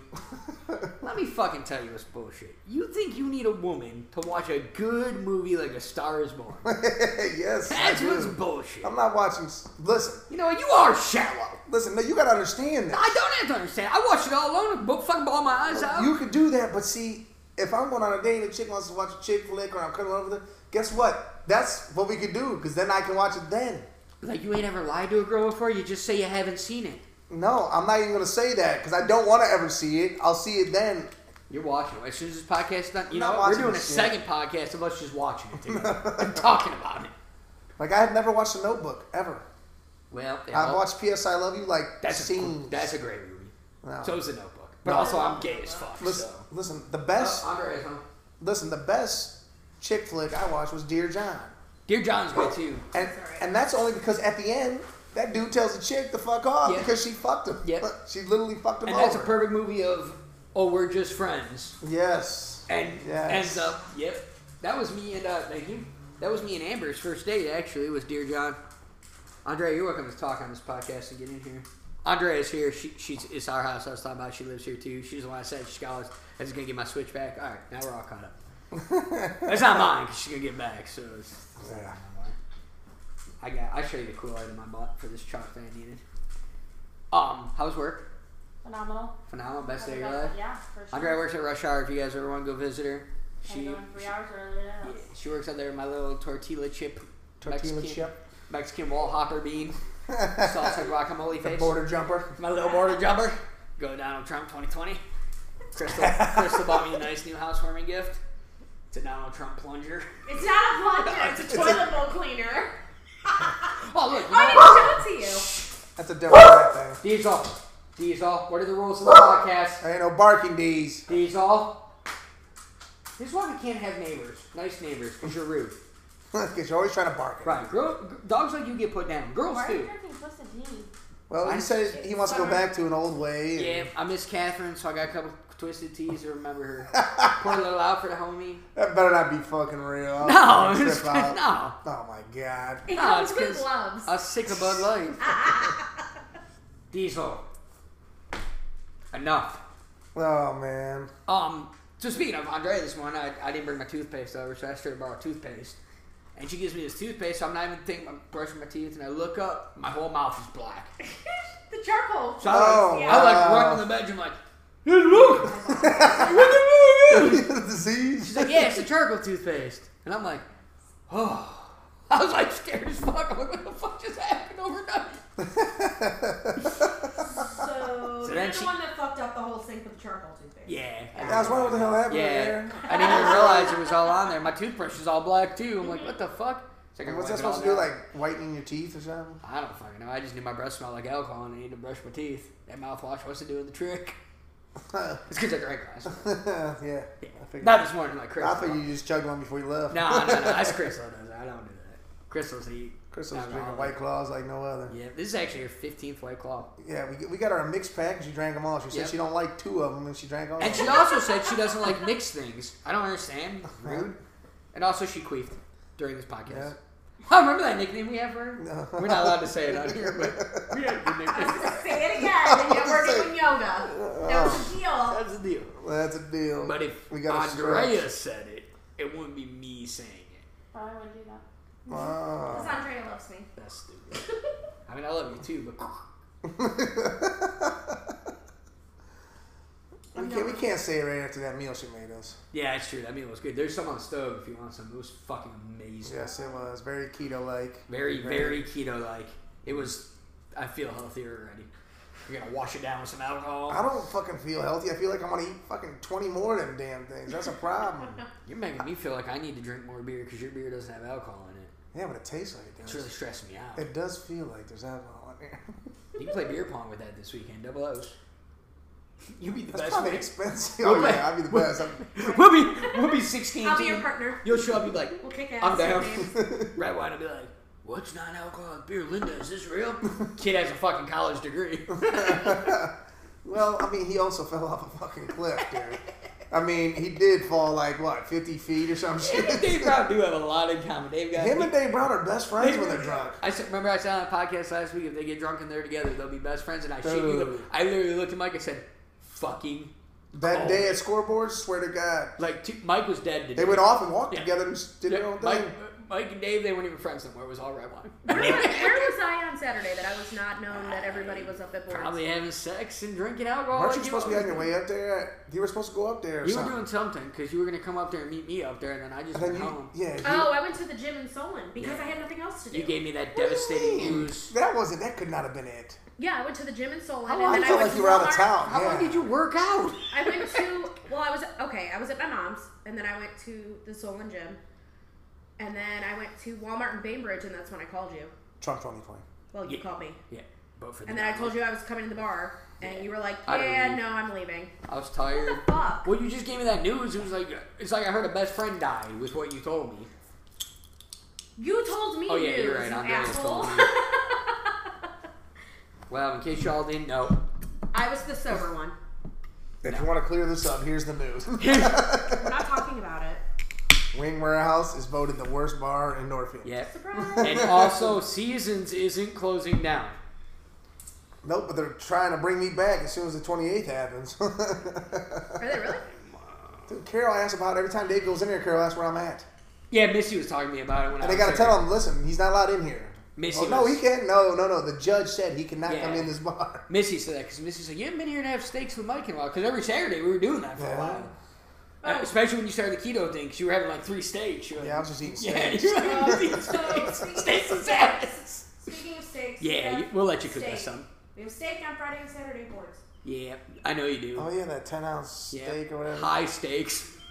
Speaker 1: Let me fucking tell you what's bullshit. You think you need a woman to watch a good movie like A Star Is Born?
Speaker 3: yes, I
Speaker 1: That's what's
Speaker 3: do.
Speaker 1: bullshit.
Speaker 3: I'm not watching. s- Listen,
Speaker 1: You know what? you are shallow.
Speaker 3: listen. No, you gotta understand that.
Speaker 1: I don't have to understand. I watched it all alone. Book fucking ball my eyes out.
Speaker 3: You could do that, but see, if I'm going on a date and a chick wants to watch a chick flick or I'm coming over there, guess what? That's what we could do because then I can watch it then.
Speaker 1: like you ain't ever lied to a girl before. You just say you haven't seen it.
Speaker 3: No, I'm not even going to say that because I don't want to ever see it. I'll see it then.
Speaker 1: You're watching it. As soon as this podcast's done, you
Speaker 3: I'm not
Speaker 1: know what? we're
Speaker 3: watching
Speaker 1: doing a
Speaker 3: this shit.
Speaker 1: second podcast of us just watching it together and talking about it.
Speaker 3: Like, I have never watched The Notebook, ever.
Speaker 1: Well, you
Speaker 3: I've
Speaker 1: know,
Speaker 3: watched P.S. I Love You, like,
Speaker 1: that's a,
Speaker 3: scenes.
Speaker 1: gr- that's a great movie.
Speaker 3: No.
Speaker 1: So is the Notebook. But also, I'm gay as fuck.
Speaker 3: listen,
Speaker 1: So.
Speaker 3: listen, the best,
Speaker 1: Andre's home.
Speaker 3: listen, the best chick flick I watched was Dear John.
Speaker 1: Dear John's good too.
Speaker 3: And, and that's only because at the end, that dude tells the chick to fuck off
Speaker 1: Yeah.
Speaker 3: because she fucked him.
Speaker 1: Yep.
Speaker 3: She literally fucked him
Speaker 1: And
Speaker 3: over.
Speaker 1: that's a perfect movie of oh we're just friends
Speaker 3: Yes.
Speaker 1: and
Speaker 3: Yes.
Speaker 1: ends up yep. That was me and uh thank you. That was me and Amber's first date actually was Dear John. Andre, you're welcome to talk on this podcast and get in here. Andre is here. She, she's it's our house. I was talking about. She lives here too. She's the one I said she's got. I was gonna get my switch back. All right, now we're all caught up. That's not mine. 'cause she's gonna get back. So it's,
Speaker 3: Yeah.
Speaker 1: I got. I show you the cool item I bought for this chocolate I needed. Um, how's work?
Speaker 5: Phenomenal.
Speaker 1: Phenomenal. Best day of your
Speaker 5: That's-
Speaker 1: life.
Speaker 5: Yeah, for sure.
Speaker 1: Andre works at Rush Hour. If you guys ever want to go visit her,
Speaker 5: I'm
Speaker 1: she
Speaker 5: going three hours earlier. than us.
Speaker 1: she works out there. in My little tortilla chip,
Speaker 3: Tortilla
Speaker 1: Mexican,
Speaker 3: chip.
Speaker 1: Mexican wall hopper bean, salsa guacamole face.
Speaker 3: Border jumper.
Speaker 1: My little border jumper. Go Donald Trump 2020. Crystal, Crystal bought me a nice new housewarming gift. It's a Donald Trump plunger.
Speaker 5: It's not a plunger. It's a toilet bowl cleaner.
Speaker 1: Oh look, you know what?
Speaker 5: I didn't show it to
Speaker 3: That's a Democrat thing.
Speaker 1: Diesel, Diesel. What are the rules of the podcast?
Speaker 3: There ain't no barking D's.
Speaker 1: Diesel. This is why we can't have neighbors. Nice neighbors, because you're rude.
Speaker 3: Because you're always trying to bark. at me.
Speaker 1: Right, girl, g- dogs like you get put down.
Speaker 5: you.
Speaker 1: Girls
Speaker 5: Why are you
Speaker 1: do.
Speaker 5: drinking twisted tea?
Speaker 3: Well,
Speaker 1: I-
Speaker 3: he says he wants to go back to an old way. and-
Speaker 1: Yeah, I miss Catherine, so I got a couple twisted teas to remember her. Pour a little out for the homie.
Speaker 3: That better not be fucking real. I'll
Speaker 1: No,
Speaker 3: fucking
Speaker 1: it's,
Speaker 3: Oh, trip out.
Speaker 1: no.
Speaker 3: Oh my god.
Speaker 5: It
Speaker 1: No,
Speaker 5: comes
Speaker 1: Ah, it's
Speaker 5: with
Speaker 1: 'cause
Speaker 5: gloves.
Speaker 1: A sick of Bud Light. Diesel. Enough.
Speaker 3: Oh man.
Speaker 1: Um, so speaking of Andre, this one, I, I didn't bring my toothpaste over, so I asked her to borrow toothpaste. and she gives me this toothpaste, so I'm not even thinking I'm brushing my teeth, and I look up, my whole mouth is black.
Speaker 5: the charcoal.
Speaker 1: So I like,
Speaker 3: Oh,
Speaker 1: I like
Speaker 3: wow.
Speaker 1: run in the bedroom like, hey, look, Like, what the fuck is this?"
Speaker 3: disease.
Speaker 1: She's like, yeah, it's the charcoal toothpaste, and I'm like, oh. I was like scared as fuck. I'm like, what the fuck just happened overnight? So
Speaker 5: So, you're
Speaker 1: then
Speaker 5: the
Speaker 1: she-
Speaker 5: one that fucked up the whole sink with the charcoal toothpaste.
Speaker 1: Yeah.
Speaker 3: Guys, what the hell happened
Speaker 1: Yeah,
Speaker 3: there?
Speaker 1: I didn't even realize it was all on there. My toothbrush is all black too. I'm like, what the fuck? It's like, I wipe
Speaker 3: What's that
Speaker 1: it
Speaker 3: supposed
Speaker 1: all
Speaker 3: to do?
Speaker 1: down.
Speaker 3: Like whitening your teeth or something?
Speaker 1: I don't fucking know. I just knew my breath smelled like alcohol and I needed to brush my teeth. That mouthwash wasn't doing the trick. It's because I drank last night.
Speaker 3: yeah. I figured.
Speaker 1: Not this morning, like Chris.
Speaker 3: I thought you just chugged one before you left.
Speaker 1: No, no, no. That's Crystal does that. I don't do that. Crystal's eat.
Speaker 3: Crystal's
Speaker 1: alcohol.
Speaker 3: drinking White Claws like no other.
Speaker 1: Yeah, this is actually her 15th White Claw.
Speaker 3: Yeah, we, we got her a mixed pack and she drank them all. She said
Speaker 1: Yep.
Speaker 3: she don't like two of them and she drank all.
Speaker 1: And
Speaker 3: of
Speaker 1: she also said she doesn't like mixed things. I don't understand. Rude. And also, she queefed during this podcast.
Speaker 3: Yeah.
Speaker 1: I remember that nickname we have for her.
Speaker 3: No.
Speaker 1: We're not allowed to say it on here, but we had a good nickname.
Speaker 5: Say it again. and yet we're doing
Speaker 3: uh,
Speaker 5: yoga. That was
Speaker 1: That's
Speaker 5: a deal.
Speaker 1: the deal.
Speaker 3: them. That's a deal.
Speaker 1: But if
Speaker 3: we got a
Speaker 1: Andrea said it, it wouldn't be me saying it.
Speaker 6: Probably wouldn't do that.
Speaker 3: stretch. Wow.
Speaker 5: Because Andrea loves me.
Speaker 1: That's stupid. I mean, I love you too, but
Speaker 3: we can't we can't say it right after that meal she made us.
Speaker 1: yeah, it's true. That meal was good. There's some on the stove if you want some. It was fucking amazing.
Speaker 3: Yes, it was very keto like.
Speaker 1: Very, very keto like. It was. I feel healthier already. You're gonna wash it down with some alcohol.
Speaker 3: I don't fucking feel healthy. I feel like I want to eat fucking twenty more of them damn things. That's a problem.
Speaker 1: You're making me feel like I need to drink more beer because your beer doesn't have alcohol in it.
Speaker 3: yeah, but it tastes like it
Speaker 1: It's
Speaker 3: does.
Speaker 1: really stressing me out.
Speaker 3: It does feel like there's alcohol in there.
Speaker 1: You can play beer pong with that this weekend. Double O's. You'd be the
Speaker 3: That's
Speaker 1: best.
Speaker 3: probably
Speaker 1: man.
Speaker 3: expensive. Oh
Speaker 1: Okay.
Speaker 3: yeah, I'd be the best. I'm-
Speaker 1: We'll be we'll be sixteen.
Speaker 5: I'll be your partner.
Speaker 1: You'll show up. You'll be like,
Speaker 5: We'll kick ass.
Speaker 1: I'm down.
Speaker 5: Names.
Speaker 1: Red wine. I'll be like, what's non-alcoholic beer? Linda, is this real? Kid has a fucking college degree.
Speaker 3: Well, I mean, he also fell off a fucking cliff, dude. I mean, he did fall like what, fifty feet or some shit.
Speaker 1: Dave Brown do have a lot in common. They've got.
Speaker 3: Him and Dave Brown are best friends when they're drunk.
Speaker 1: I said, remember I said on a podcast last week if they get drunk and they're together they'll be best friends and I shit you
Speaker 3: Dude.
Speaker 1: the- I literally looked at Mike and said, "Fucking
Speaker 3: That
Speaker 1: Oh.
Speaker 3: day at scoreboards, swear to God,
Speaker 1: like two, Mike was dead today."
Speaker 3: they went off and walked
Speaker 1: Yeah.
Speaker 3: together and just did
Speaker 1: Yeah,
Speaker 3: their own
Speaker 1: Mike,
Speaker 3: thing.
Speaker 1: Mike and Dave, they weren't even friends anymore. It was all red wine.
Speaker 5: Where was- where was I on Saturday that I was not known that everybody was up at boards?
Speaker 1: Probably having sex and drinking alcohol.
Speaker 3: Weren't
Speaker 1: like
Speaker 3: you supposed to be on
Speaker 1: always
Speaker 3: your way up there? You were supposed to go up there. Or
Speaker 1: do. oh, You were
Speaker 3: something.
Speaker 1: doing something because you were gonna come up there and meet me up there, and then I just
Speaker 3: And
Speaker 1: went
Speaker 3: then
Speaker 1: home.
Speaker 3: you, yeah. you-
Speaker 5: Oh, I went to the gym in Solon because I had nothing else to do.
Speaker 1: You gave me that
Speaker 3: What do you
Speaker 1: devastating
Speaker 3: mean?
Speaker 1: news.
Speaker 3: That wasn't. That could not have been it.
Speaker 5: yeah, I went to the gym in Solon,
Speaker 3: I,
Speaker 5: and then I,
Speaker 3: felt
Speaker 5: went
Speaker 3: like
Speaker 5: to
Speaker 3: you were out of
Speaker 5: Walmart.
Speaker 3: town.
Speaker 1: How
Speaker 3: yeah.
Speaker 1: long did you work out?
Speaker 5: I went to well, I was okay. I was at my mom's, and then I went to the Solon gym, and then I went to Walmart in Bainbridge, and that's when I called you.
Speaker 3: Trump twenty twenty.
Speaker 5: Well, you
Speaker 1: Yeah.
Speaker 5: called me,
Speaker 1: Yeah, but for
Speaker 5: and then I told you I was coming to the bar, and you were like,
Speaker 1: I don't
Speaker 5: "Yeah,
Speaker 1: leave.
Speaker 5: no, I'm leaving."
Speaker 1: I was tired.
Speaker 5: What the fuck?
Speaker 1: Well, you just gave me that news. It was like it's like I heard a best friend died. Was what you told me.
Speaker 5: You told me
Speaker 1: Oh, yeah,
Speaker 5: news,
Speaker 1: you're right.
Speaker 5: you
Speaker 1: Andrea was
Speaker 5: asshole.
Speaker 1: telling me. Well, in case y'all didn't know,
Speaker 5: I was the sober one.
Speaker 3: If you want to clear this up, here's the news.
Speaker 5: We're not talking about it.
Speaker 3: Wing Warehouse is voted the worst bar in Northfield.
Speaker 1: yeah.
Speaker 5: Surprise.
Speaker 1: And also, Seasons isn't closing down.
Speaker 3: Nope, but they're trying to bring me back as soon as the 28th happens.
Speaker 5: Are they really?
Speaker 3: Dude, Carol asks about it every time Dave goes in there. Carol asks where I'm at,
Speaker 1: Yeah, Missy was talking to me about it when I
Speaker 3: and they
Speaker 1: was
Speaker 3: got to
Speaker 1: there.
Speaker 3: tell him, listen, he's not allowed in here.
Speaker 1: Missy
Speaker 3: oh, no,
Speaker 1: was-
Speaker 3: he can't. No, no, no. The judge said he cannot
Speaker 1: Yeah.
Speaker 3: come in this bar.
Speaker 1: Missy said that because Missy's like, you haven't been here to have steaks with Mike in a while. Because every Saturday we were doing that for
Speaker 3: Yeah.
Speaker 1: a while. Uh, Especially when you started the keto thing, 'cause you were having like three steaks. You were
Speaker 3: Yeah, I
Speaker 1: like,
Speaker 3: was just eating
Speaker 1: yeah,
Speaker 3: steak.
Speaker 1: you were having three
Speaker 5: So,
Speaker 1: Oh, steaks.
Speaker 5: speaking
Speaker 1: Steaks
Speaker 5: of
Speaker 1: and
Speaker 5: steaks,
Speaker 1: salads.
Speaker 5: speaking of steaks,
Speaker 1: Yeah, you, we'll let you cook us
Speaker 5: Steak.
Speaker 1: some.
Speaker 5: we have steak on Friday and Saturday boards.
Speaker 1: Yeah, I know you do.
Speaker 3: Oh yeah, that 10 ounce
Speaker 1: yeah.
Speaker 3: steak or whatever.
Speaker 1: High steaks.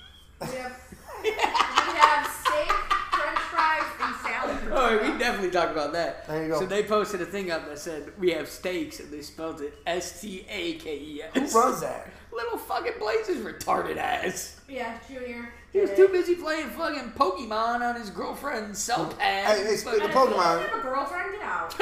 Speaker 5: We have, we have steak, french fries, and salad. for
Speaker 1: Oh,
Speaker 5: dinner.
Speaker 1: we definitely talk about that.
Speaker 3: There you go.
Speaker 1: So they posted a thing up that said we have steaks, and they spelled it S T A K E S.
Speaker 3: Who runs that?
Speaker 1: Little fucking Blaze's retarded ass.
Speaker 5: yeah, Junior.
Speaker 1: He was
Speaker 5: did
Speaker 1: too
Speaker 5: it.
Speaker 1: busy playing fucking Pokemon on his girlfriend's cell pad.
Speaker 3: Hey, hey, speak
Speaker 1: Fucking-
Speaker 3: of
Speaker 5: He doesn't
Speaker 3: Pokemon.
Speaker 5: have a girlfriend? Get out.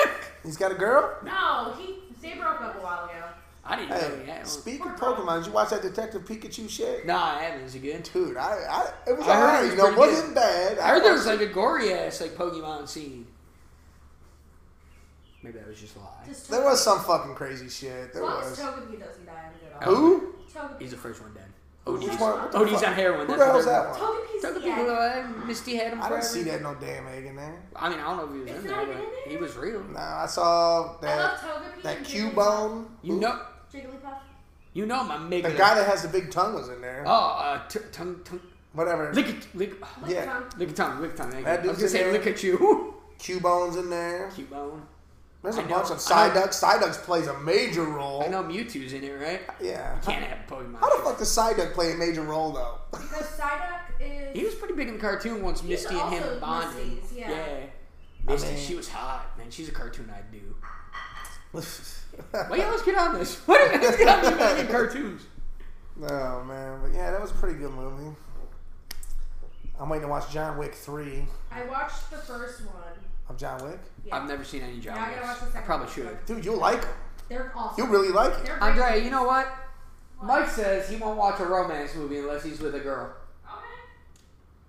Speaker 3: He's got a girl.
Speaker 5: No, he they broke up a while ago.
Speaker 1: I didn't know he
Speaker 3: Hey,
Speaker 1: had one.
Speaker 3: speak of Pokemon. Did you watch that Detective Pikachu shit?
Speaker 1: Nah, I haven't. Is it good?
Speaker 3: Dude, I, I it was
Speaker 1: I heard it
Speaker 3: alright.
Speaker 1: was
Speaker 3: You know, it
Speaker 1: pretty
Speaker 3: wasn't bad.
Speaker 1: I heard there was like a gory ass like Pokemon scene. Maybe that was just a lie.
Speaker 5: Just
Speaker 3: There was some fucking crazy shit.
Speaker 5: As
Speaker 3: There
Speaker 5: long as
Speaker 3: was.
Speaker 5: Togepi doesn't die, I'm good.
Speaker 1: Oh.
Speaker 3: Who?
Speaker 5: Togepi.
Speaker 1: He's the first one dead. OD's,
Speaker 3: Which one? What the
Speaker 1: OD's
Speaker 3: fuck?
Speaker 1: on heroin.
Speaker 3: Who
Speaker 1: That's
Speaker 3: the
Speaker 1: what
Speaker 3: hell's
Speaker 1: they're-
Speaker 3: that one?
Speaker 6: Toby
Speaker 1: Toby
Speaker 6: Peace.
Speaker 1: Keith, uh, Misty had him
Speaker 3: I didn't
Speaker 1: forever.
Speaker 3: see that no damn egg in there.
Speaker 1: I mean, I don't know if he was
Speaker 6: It's
Speaker 1: in
Speaker 6: not
Speaker 1: there,
Speaker 6: even in
Speaker 1: but
Speaker 6: there?
Speaker 1: he was real.
Speaker 3: Nah, I saw
Speaker 6: I love
Speaker 1: Uh-huh.
Speaker 3: that
Speaker 6: Toby Peace.
Speaker 3: that
Speaker 6: and
Speaker 3: Cubone.
Speaker 1: You know,
Speaker 6: Jigglypuff.
Speaker 1: you know, my nigga.
Speaker 3: The guy that has the big tongue was in there.
Speaker 1: oh, uh, t- tongue, tongue,
Speaker 3: Whatever.
Speaker 1: lick it, lick,
Speaker 6: Jigglypuff.
Speaker 3: Yeah.
Speaker 6: Tongue.
Speaker 1: lick a tongue, lick a tongue. Thank you.
Speaker 3: That
Speaker 1: I was
Speaker 3: dude's
Speaker 1: gonna say,
Speaker 3: in there.
Speaker 1: look at you,
Speaker 3: Cubone's in there.
Speaker 1: cute bone.
Speaker 3: There's
Speaker 1: I
Speaker 3: a
Speaker 1: know.
Speaker 3: bunch of
Speaker 1: I know.
Speaker 3: Psyduck. Psyduck plays a major role.
Speaker 1: I know Mewtwo's in it, right?
Speaker 3: Yeah.
Speaker 1: Can't have Pokemon.
Speaker 3: How the fuck does Psyduck play a major role though?
Speaker 6: Because Psyduck is.
Speaker 1: He was pretty big in the cartoon once Misty and him
Speaker 6: also
Speaker 1: were bonding.
Speaker 6: Misty's, yeah.
Speaker 1: Misty,
Speaker 3: mean-
Speaker 1: she was hot, man. She's a cartoon I do. Why you always get on this? Why do you always get on these fucking cartoons?
Speaker 3: oh man, but yeah, that was a pretty good movie. I'm waiting to watch John Wick three
Speaker 6: I watched the first one.
Speaker 3: of John Wick.
Speaker 6: Yeah.
Speaker 1: I've never seen any John
Speaker 6: Now I gotta
Speaker 1: Wicks.
Speaker 6: watch the
Speaker 1: I
Speaker 6: second
Speaker 1: probably
Speaker 6: one.
Speaker 1: should.
Speaker 3: Dude, you'll like him.
Speaker 6: They're awesome.
Speaker 3: You'll really like it.
Speaker 6: They're great.
Speaker 1: Andre, you know what? Mike says he won't watch a romance movie unless he's with a girl.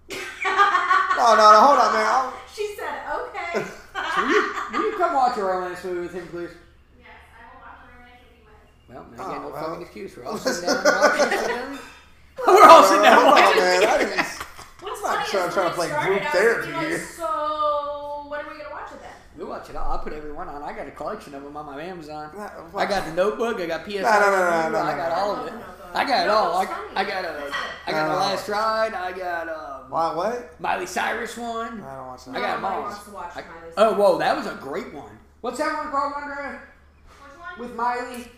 Speaker 3: No, no, no, hold on, man. I'll,
Speaker 1: Oh,
Speaker 6: She said, okay.
Speaker 1: Will you, will you come watch a romance movie with him, please? Well, now you got
Speaker 3: Oh,
Speaker 1: no
Speaker 3: well.
Speaker 1: fucking excuse. We're all sitting down. watching it together. We're all sitting
Speaker 3: Uh,
Speaker 1: down.
Speaker 3: hold on,
Speaker 1: watching it
Speaker 3: man. I
Speaker 1: together.
Speaker 3: didn't,
Speaker 6: What's
Speaker 3: not
Speaker 6: funny
Speaker 3: trying-
Speaker 6: is when
Speaker 3: trying to
Speaker 6: it
Speaker 3: play
Speaker 6: started,
Speaker 3: group
Speaker 6: I was thinking,
Speaker 3: therapy
Speaker 6: like,
Speaker 3: here.
Speaker 6: so when are we gonna watch it then?
Speaker 1: We watch it. I'll, I'll put everyone on. I got a collection of them on my Amazon.
Speaker 3: Nah,
Speaker 1: I got the Notebook. I got PS.
Speaker 3: No, no, no, no, no,
Speaker 1: I
Speaker 3: no,
Speaker 1: got
Speaker 3: no.
Speaker 1: all of it.
Speaker 6: I love Notebook.
Speaker 1: I got it all. I,
Speaker 6: Notebook's
Speaker 1: I
Speaker 6: funny.
Speaker 1: got a. I got
Speaker 3: No,
Speaker 1: the
Speaker 3: no, no.
Speaker 1: Last Ride. I got um,
Speaker 3: why, what?
Speaker 1: Miley Cyrus one.
Speaker 3: I don't watch
Speaker 1: I
Speaker 3: that.
Speaker 1: got them
Speaker 6: Nobody
Speaker 1: all.
Speaker 6: wants to watch
Speaker 1: I-
Speaker 6: Miley Cyrus.
Speaker 1: oh, whoa, that was a great one. What's that one called, Andrea? With Miley.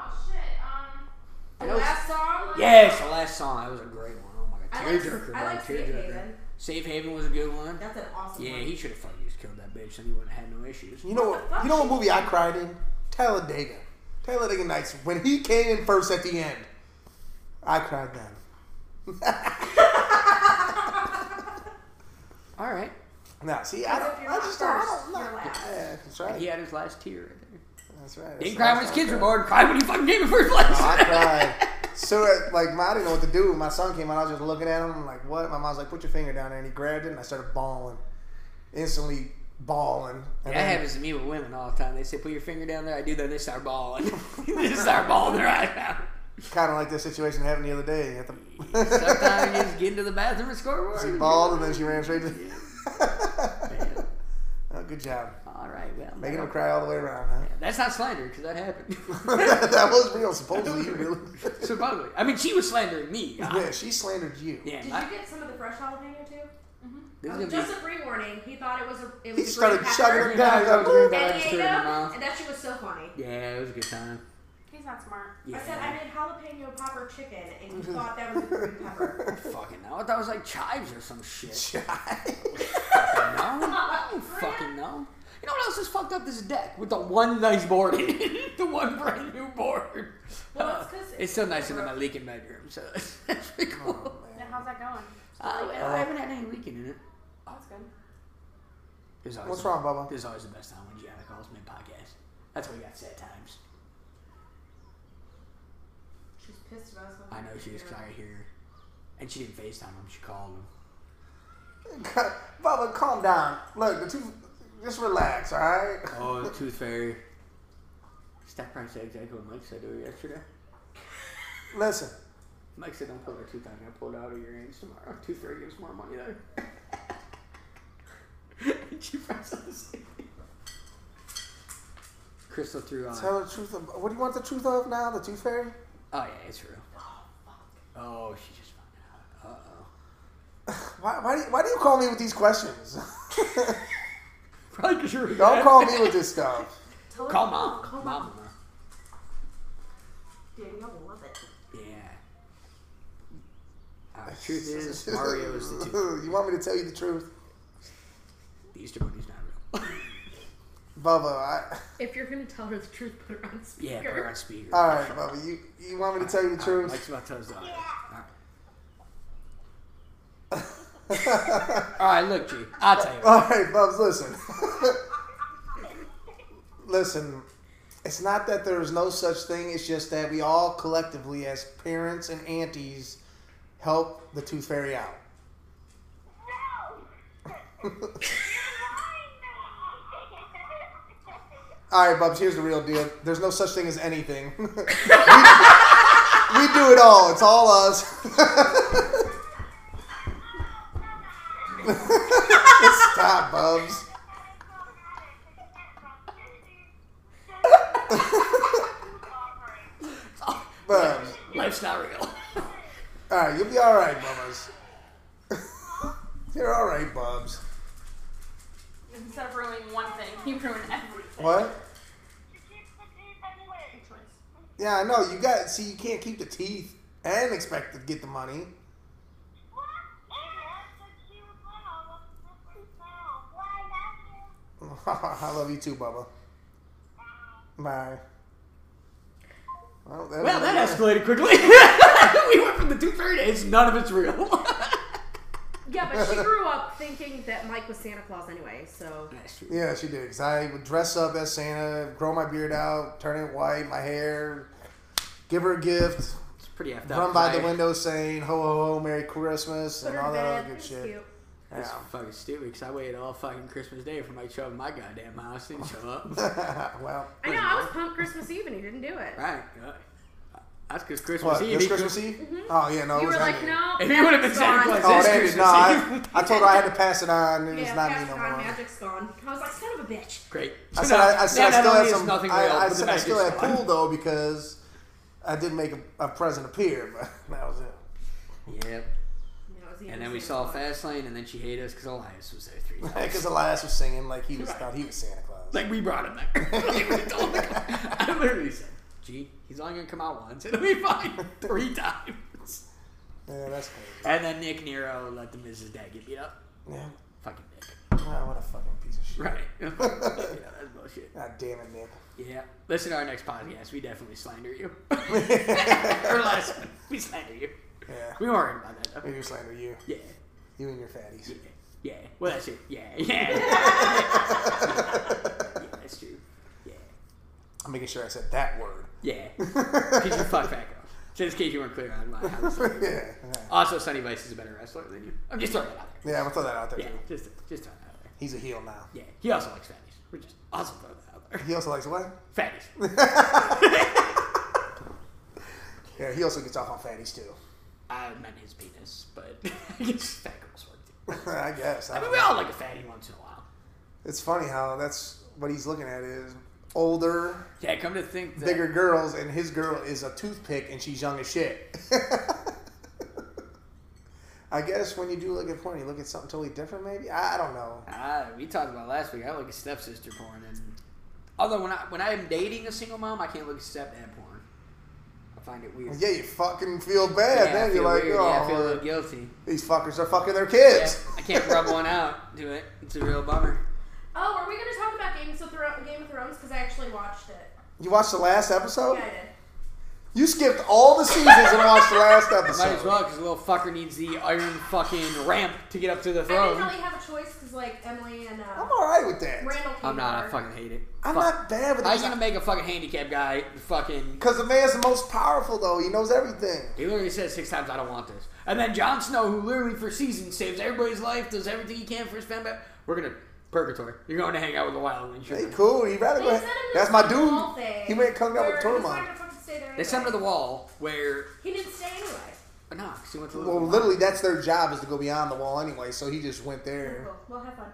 Speaker 6: The
Speaker 1: I know it's-
Speaker 6: last song.
Speaker 1: Yes, the last song. That was a great one. Oh my god,
Speaker 6: I like-
Speaker 1: tearjerker.
Speaker 6: I
Speaker 1: buddy,
Speaker 6: like Safe
Speaker 1: tearjerker.
Speaker 6: Haven.
Speaker 1: Safe Haven was a good one.
Speaker 6: That's an awesome
Speaker 1: Yeah,
Speaker 6: one.
Speaker 1: he should have fucking just killed that bitch, and he wouldn't have had no issues.
Speaker 3: You know what? You know what movie I cried in? Talladega. Talladega Nights. When he came in first at the end, I cried then.
Speaker 1: All right,
Speaker 3: Now, see, I
Speaker 6: If
Speaker 3: don't.
Speaker 6: you're
Speaker 3: I
Speaker 6: not
Speaker 3: just don't. I
Speaker 6: first,
Speaker 3: don't
Speaker 6: you're
Speaker 3: know.
Speaker 6: last.
Speaker 3: Yeah, that's right.
Speaker 1: he had his last tear. Right there.
Speaker 3: That's right.
Speaker 1: Didn't
Speaker 3: That's
Speaker 1: cry
Speaker 3: right.
Speaker 1: when his kids were born. Cry when you fucking gave him first place.
Speaker 3: I cried. So uh, like, my, I didn't know what to do. My son came out. I was just looking at him. I'm like, what? My mom's like, put your finger down there, and he grabbed it, and I started bawling, instantly bawling. And
Speaker 1: That
Speaker 3: then-
Speaker 1: happens to me with women all the time. They say, "Put your finger down there." I do that. They start bawling. they just start bawling their eyes out.
Speaker 3: kind of like this situation happened the other day. At the
Speaker 1: Sometimes you just get into the bathroom and score one.
Speaker 3: she bawled and then she ran straight to. oh, good job,
Speaker 1: All right, well,
Speaker 3: making him cry all the way around, huh?
Speaker 1: that's not slander because that happened.
Speaker 3: that was real. Supposedly, you really.
Speaker 1: Supposedly, I mean, she was slandering me.
Speaker 3: yeah, she slandered you.
Speaker 1: Damn,
Speaker 6: Did
Speaker 1: I,
Speaker 6: you get some of the fresh jalapeno too?
Speaker 1: this is
Speaker 5: Oh,
Speaker 1: gonna
Speaker 5: just
Speaker 1: be.
Speaker 5: a free warning. He thought it was a. It was
Speaker 3: He
Speaker 5: a
Speaker 3: started
Speaker 5: green pepper.
Speaker 3: chugging it down. He's like,
Speaker 1: Green
Speaker 3: "Woo."
Speaker 1: pepper,
Speaker 5: And he
Speaker 1: just
Speaker 5: ate
Speaker 1: threw it in
Speaker 5: them,
Speaker 1: my mouth.
Speaker 5: and that shit was so funny.
Speaker 1: Yeah, it was a good time.
Speaker 6: He's not smart.
Speaker 1: Yeah.
Speaker 6: I said I made jalapeno popper chicken, and you
Speaker 3: Mm-hmm.
Speaker 6: thought that was a green pepper.
Speaker 1: Fucking no, I thought it was like chives or some shit.
Speaker 3: Child.
Speaker 1: fucking no, I don't fucking no. You know what else is fucked up? This deck with the one nice board in it, the one brand new board.
Speaker 6: Well, it's 'cause
Speaker 1: it's still nicer than my leaking bedroom, so that's pretty cool.
Speaker 3: Oh,
Speaker 6: Now how's that going?
Speaker 1: Uh, well, Oh. I haven't had any leaking in it.
Speaker 6: Oh, that's good.
Speaker 1: There's always
Speaker 3: What's
Speaker 1: the-
Speaker 3: wrong, Bubba?
Speaker 1: This is always the best time when Gianna calls me podcast. That's why we got sad times.
Speaker 6: She's pissed about something.
Speaker 1: I know she was because I could hear her. And she didn't FaceTime him, she called him.
Speaker 3: Bubba, calm down. Look, the two, just relax, all right?
Speaker 1: Oh, the tooth fairy. Stop trying to say exactly what Mike said to her yesterday.
Speaker 3: Listen,
Speaker 1: Mike said, don't pull that tooth out. I'm going to pull it out of your anus tomorrow. Tooth fairy gives more money there. and she pressed on the same thing. Crystal threw on.
Speaker 3: tell the truth. Of, what do you want the truth of now? The Tooth Fairy?
Speaker 1: oh, yeah, it's real. Oh, she just found out. Uh-oh.
Speaker 3: Why, why, do you, why do you call me with these questions?
Speaker 1: Probably because you're
Speaker 3: Don't call me with this stuff.
Speaker 6: Tell her-
Speaker 1: Call mom.
Speaker 6: Call
Speaker 1: Mom.
Speaker 6: mom.
Speaker 1: mom.
Speaker 6: Dude, you'll love it.
Speaker 1: Yeah. Uh, truth is, Mario is the tooth.
Speaker 3: you want me to tell you the truth?
Speaker 1: The Easter Bunny's not real.
Speaker 3: Bubba, I,
Speaker 5: If you're gonna tell her the truth, put her on speaker.
Speaker 1: yeah, put her on speaker.
Speaker 3: all right, Bubba, you, you want me to tell you the
Speaker 1: All right,
Speaker 3: truth?
Speaker 1: Mike's about to tell us the audio. All right. All right, look, G. I'll tell you. What.
Speaker 3: All right, Bubs, listen. listen, it's not that there's no such thing. It's just that we all collectively, as parents and aunties, help the Tooth Fairy out. All right, Bubs, here's the real deal. There's no such thing as anything. we, we do it all. It's all us. Stop, Bubs. Bubs.
Speaker 1: Life's not real.
Speaker 3: All right, you'll be all right, Bubs. You're all right, Bubs.
Speaker 7: Instead of ruining one thing, he ruined everything.
Speaker 3: What?
Speaker 7: Good choice.
Speaker 3: Yeah, I know. You got see. You can't keep the teeth and expect to get the money. I love you too, Bubba. Bye. Well,
Speaker 1: Well, that escalated quickly. we went from the two fairy days, none of it's real.
Speaker 5: Yeah, but she grew up thinking that Mike was Santa Claus anyway, so.
Speaker 3: Yeah, she did. Because I would dress up as Santa, grow my beard out, turn it white, my hair, give her a gift,
Speaker 1: It's pretty effed up.
Speaker 3: run by the
Speaker 1: I-
Speaker 3: window saying "Ho ho ho, Merry Christmas"
Speaker 5: Put
Speaker 3: and
Speaker 5: her
Speaker 3: all
Speaker 5: in
Speaker 3: that
Speaker 5: bed.
Speaker 3: other good
Speaker 5: That's
Speaker 3: shit.
Speaker 5: cute.
Speaker 1: It's
Speaker 3: Yeah.
Speaker 1: fucking stupid because I waited all fucking Christmas Day for Mike to show up in my goddamn house. He didn't show up.
Speaker 3: well,
Speaker 5: I know, I was pumped Christmas Eve and he didn't do it.
Speaker 1: right. yeah. That's because
Speaker 3: what
Speaker 1: Christmas Eve.
Speaker 3: this
Speaker 1: he
Speaker 3: Christmas Eve? Oh yeah, no, it
Speaker 5: You
Speaker 3: was
Speaker 5: were like,
Speaker 3: Henry.
Speaker 5: no.
Speaker 1: If he would've been
Speaker 5: magic's
Speaker 1: Santa
Speaker 5: gone.
Speaker 1: Claus,
Speaker 3: Oh,
Speaker 1: This
Speaker 3: that is,
Speaker 1: Christmas
Speaker 3: no, I, I told her I had to pass it on. It was
Speaker 5: Yeah,
Speaker 3: not me
Speaker 5: Pat's
Speaker 3: no
Speaker 5: gone,
Speaker 3: more.
Speaker 5: magic's gone. I was like, son of a bitch.
Speaker 1: Great.
Speaker 3: I said I, I, said
Speaker 1: Now, not
Speaker 3: I still
Speaker 1: only
Speaker 3: had
Speaker 1: is
Speaker 3: some.
Speaker 1: Nothing real,
Speaker 3: I, I
Speaker 1: but the
Speaker 3: said I still had
Speaker 1: magic's gone.
Speaker 3: pool though because I did make a, a present appear, but that was it.
Speaker 1: Yep.
Speaker 5: That was the
Speaker 1: And
Speaker 5: end
Speaker 1: then
Speaker 5: of
Speaker 1: we
Speaker 5: Santa
Speaker 1: saw
Speaker 5: Claus.
Speaker 1: Fastlane, and then she hated us because Elias was there three times.
Speaker 3: Because Elias was singing like he was thought he was Santa Claus.
Speaker 1: Like we brought him there. Like, we told him to come. I literally said, "Gee, he's only gonna come out once. It'll be fine." Three times.
Speaker 3: Yeah, that's crazy.
Speaker 1: And then Nick Nero let the Mrs. Dad get beat up.
Speaker 3: Yeah.
Speaker 1: Fucking Nick.
Speaker 3: Wow, Ah, what a fucking piece of shit.
Speaker 1: Right. yeah, that's bullshit.
Speaker 3: God damn it, Nick.
Speaker 1: Yeah. Listen to our next podcast. We definitely slander you. or last one. We slander you.
Speaker 3: Yeah.
Speaker 1: We weren't worried about that
Speaker 3: We
Speaker 1: though.
Speaker 3: do slander you.
Speaker 1: Yeah.
Speaker 3: You and your fatties.
Speaker 1: Yeah. Yeah. Well, that's it. Yeah. Yeah. yeah that's true. Yeah.
Speaker 3: I'm making sure I said that word.
Speaker 1: Yeah. Because you fuck fat girls. Just in case you weren't clear on my house.
Speaker 3: yeah. yeah.
Speaker 1: Also, Sonny Vice is a better wrestler than you. I'm just throwing that out there.
Speaker 3: Yeah, I'm gonna throw that out there
Speaker 1: Yeah.
Speaker 3: too.
Speaker 1: Just, just throwing that out there.
Speaker 3: He's a heel now.
Speaker 1: Yeah. He also likes fatties. We're just also throwing that out there.
Speaker 3: He also likes what?
Speaker 1: Fatties.
Speaker 3: Yeah, he also gets off on fatties too.
Speaker 1: I meant his penis, but I guess fat girls work too.
Speaker 3: I guess. I
Speaker 1: I
Speaker 3: don't
Speaker 1: mean,
Speaker 3: know.
Speaker 1: we all like a fatty once in a while.
Speaker 3: It's funny how that's what he's looking at is older,
Speaker 1: Yeah, come to think that
Speaker 3: bigger girls, and his girl is a toothpick and she's young as shit. I guess when you do look at porn, you look at something totally different, maybe? I I don't know.
Speaker 1: Ah, we talked about last week. I look at stepsister porn, and although when I when I am dating a single mom, I can't look at stepdad porn. I find it weird.
Speaker 3: Yeah, you fucking feel bad.
Speaker 1: I
Speaker 3: then
Speaker 1: feel
Speaker 3: you're like,
Speaker 1: weird.
Speaker 3: oh,
Speaker 1: yeah, I feel a little guilty.
Speaker 3: these fuckers are fucking their
Speaker 1: Yeah,
Speaker 3: kids.
Speaker 1: I can't rub one out. Do it. It's a real bummer.
Speaker 6: Oh, are we gonna talk about Games of Thro- Game of Thrones? Because I actually watched it.
Speaker 3: You watched the last episode?
Speaker 6: Yeah, I did.
Speaker 3: You skipped all the seasons and watched the last episode.
Speaker 1: Might as well, because the little fucker needs the iron fucking ramp to get up to the
Speaker 6: I didn't
Speaker 1: throne.
Speaker 6: really have a choice because like Emily and
Speaker 3: I'm
Speaker 6: uh,
Speaker 3: alright with that.
Speaker 6: Randall. Came
Speaker 1: I'm not. I
Speaker 6: over.
Speaker 1: fucking hate it.
Speaker 3: I'm
Speaker 1: Fuck.
Speaker 3: not bad with
Speaker 1: How you
Speaker 3: this.
Speaker 1: gonna make a fucking handicap guy fucking
Speaker 3: Because the man's the most powerful, though. He knows everything.
Speaker 1: He literally says six times, "I don't want this." And then Jon Snow, who literally for seasons saves everybody's life, does everything he can for his family. We're gonna purgatory. You're going to hang out with the wild ones. You're
Speaker 3: Hey,
Speaker 1: gonna-
Speaker 3: cool. He rather
Speaker 6: They
Speaker 3: go
Speaker 6: sent
Speaker 3: ahead.
Speaker 6: him to
Speaker 3: That's
Speaker 6: the
Speaker 3: my
Speaker 6: wall
Speaker 3: dude.
Speaker 6: thing,
Speaker 3: He went coming out
Speaker 6: where
Speaker 3: with
Speaker 6: he was not
Speaker 3: Tormund.
Speaker 6: gonna fucking stay there
Speaker 1: They sent him to
Speaker 6: anyway.
Speaker 1: the wall where
Speaker 6: He didn't stay anyway.
Speaker 1: no, 'cause he went to the
Speaker 3: Well, literally, that's their job is to go beyond the wall anyway. So he just went there.
Speaker 6: Cool. Well, have fun.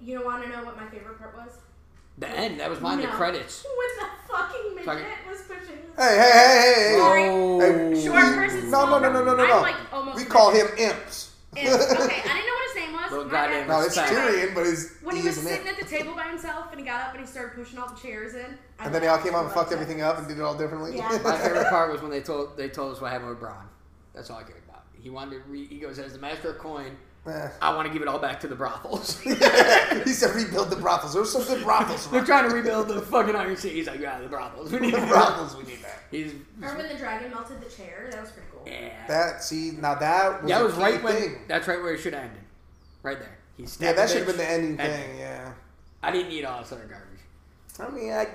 Speaker 6: You don't want to know what my favorite part was?
Speaker 1: the end. That was mine. The
Speaker 6: No.
Speaker 1: credits.
Speaker 6: When the fucking midget
Speaker 1: Fucking-
Speaker 6: was pushing.
Speaker 3: Hey, hey, hey, hey, hey.
Speaker 5: Sorry.
Speaker 1: Oh.
Speaker 3: Hey,
Speaker 5: Short
Speaker 3: we-
Speaker 5: person,
Speaker 3: No,
Speaker 5: small
Speaker 3: no, no, no, no, no,
Speaker 5: person.
Speaker 3: no.
Speaker 5: I'm, like, almost
Speaker 3: we call him
Speaker 5: pregnant.
Speaker 3: imps.
Speaker 5: And, okay, I didn't know what his name was.
Speaker 1: Little
Speaker 5: my
Speaker 1: goddamn
Speaker 5: bad.
Speaker 3: No, it's
Speaker 1: Sorry.
Speaker 3: Tyrion, but it's
Speaker 5: When he
Speaker 3: he
Speaker 5: was
Speaker 3: is an
Speaker 5: sitting
Speaker 3: imp.
Speaker 5: at the table by himself and he got up and he started pushing all the chairs in. I
Speaker 3: And then they all
Speaker 5: laughed.
Speaker 3: came out and
Speaker 5: I
Speaker 3: fucked
Speaker 5: loved it.
Speaker 3: everything up and did it all differently.
Speaker 6: Yeah.
Speaker 1: My favorite part was when they told they told us what happened with Braun. That's all I cared about. He wanted to. Re- he goes as the master of coin.
Speaker 3: Eh.
Speaker 1: I want to give it all back to the brothels.
Speaker 3: he said, rebuild the brothels. There's some good brothels.
Speaker 1: They're
Speaker 3: around.
Speaker 1: trying to rebuild the fucking Iron City. He's like, yeah, the brothels. We need
Speaker 3: The
Speaker 1: the brothels.
Speaker 3: brothels, we need that.
Speaker 1: He's
Speaker 6: Or when the dragon melted the chair, that was pretty cool.
Speaker 1: yeah.
Speaker 3: That, see, now that was,
Speaker 1: That
Speaker 3: a
Speaker 1: was
Speaker 3: key
Speaker 1: right when.
Speaker 3: thing.
Speaker 1: That's right where it should have ended. Right there. He
Speaker 3: yeah,
Speaker 1: stabbed
Speaker 3: that
Speaker 1: the
Speaker 3: should have
Speaker 1: bitch.
Speaker 3: been the ending
Speaker 1: And
Speaker 3: thing, yeah.
Speaker 1: I didn't need all this other garbage.
Speaker 3: I mean, I,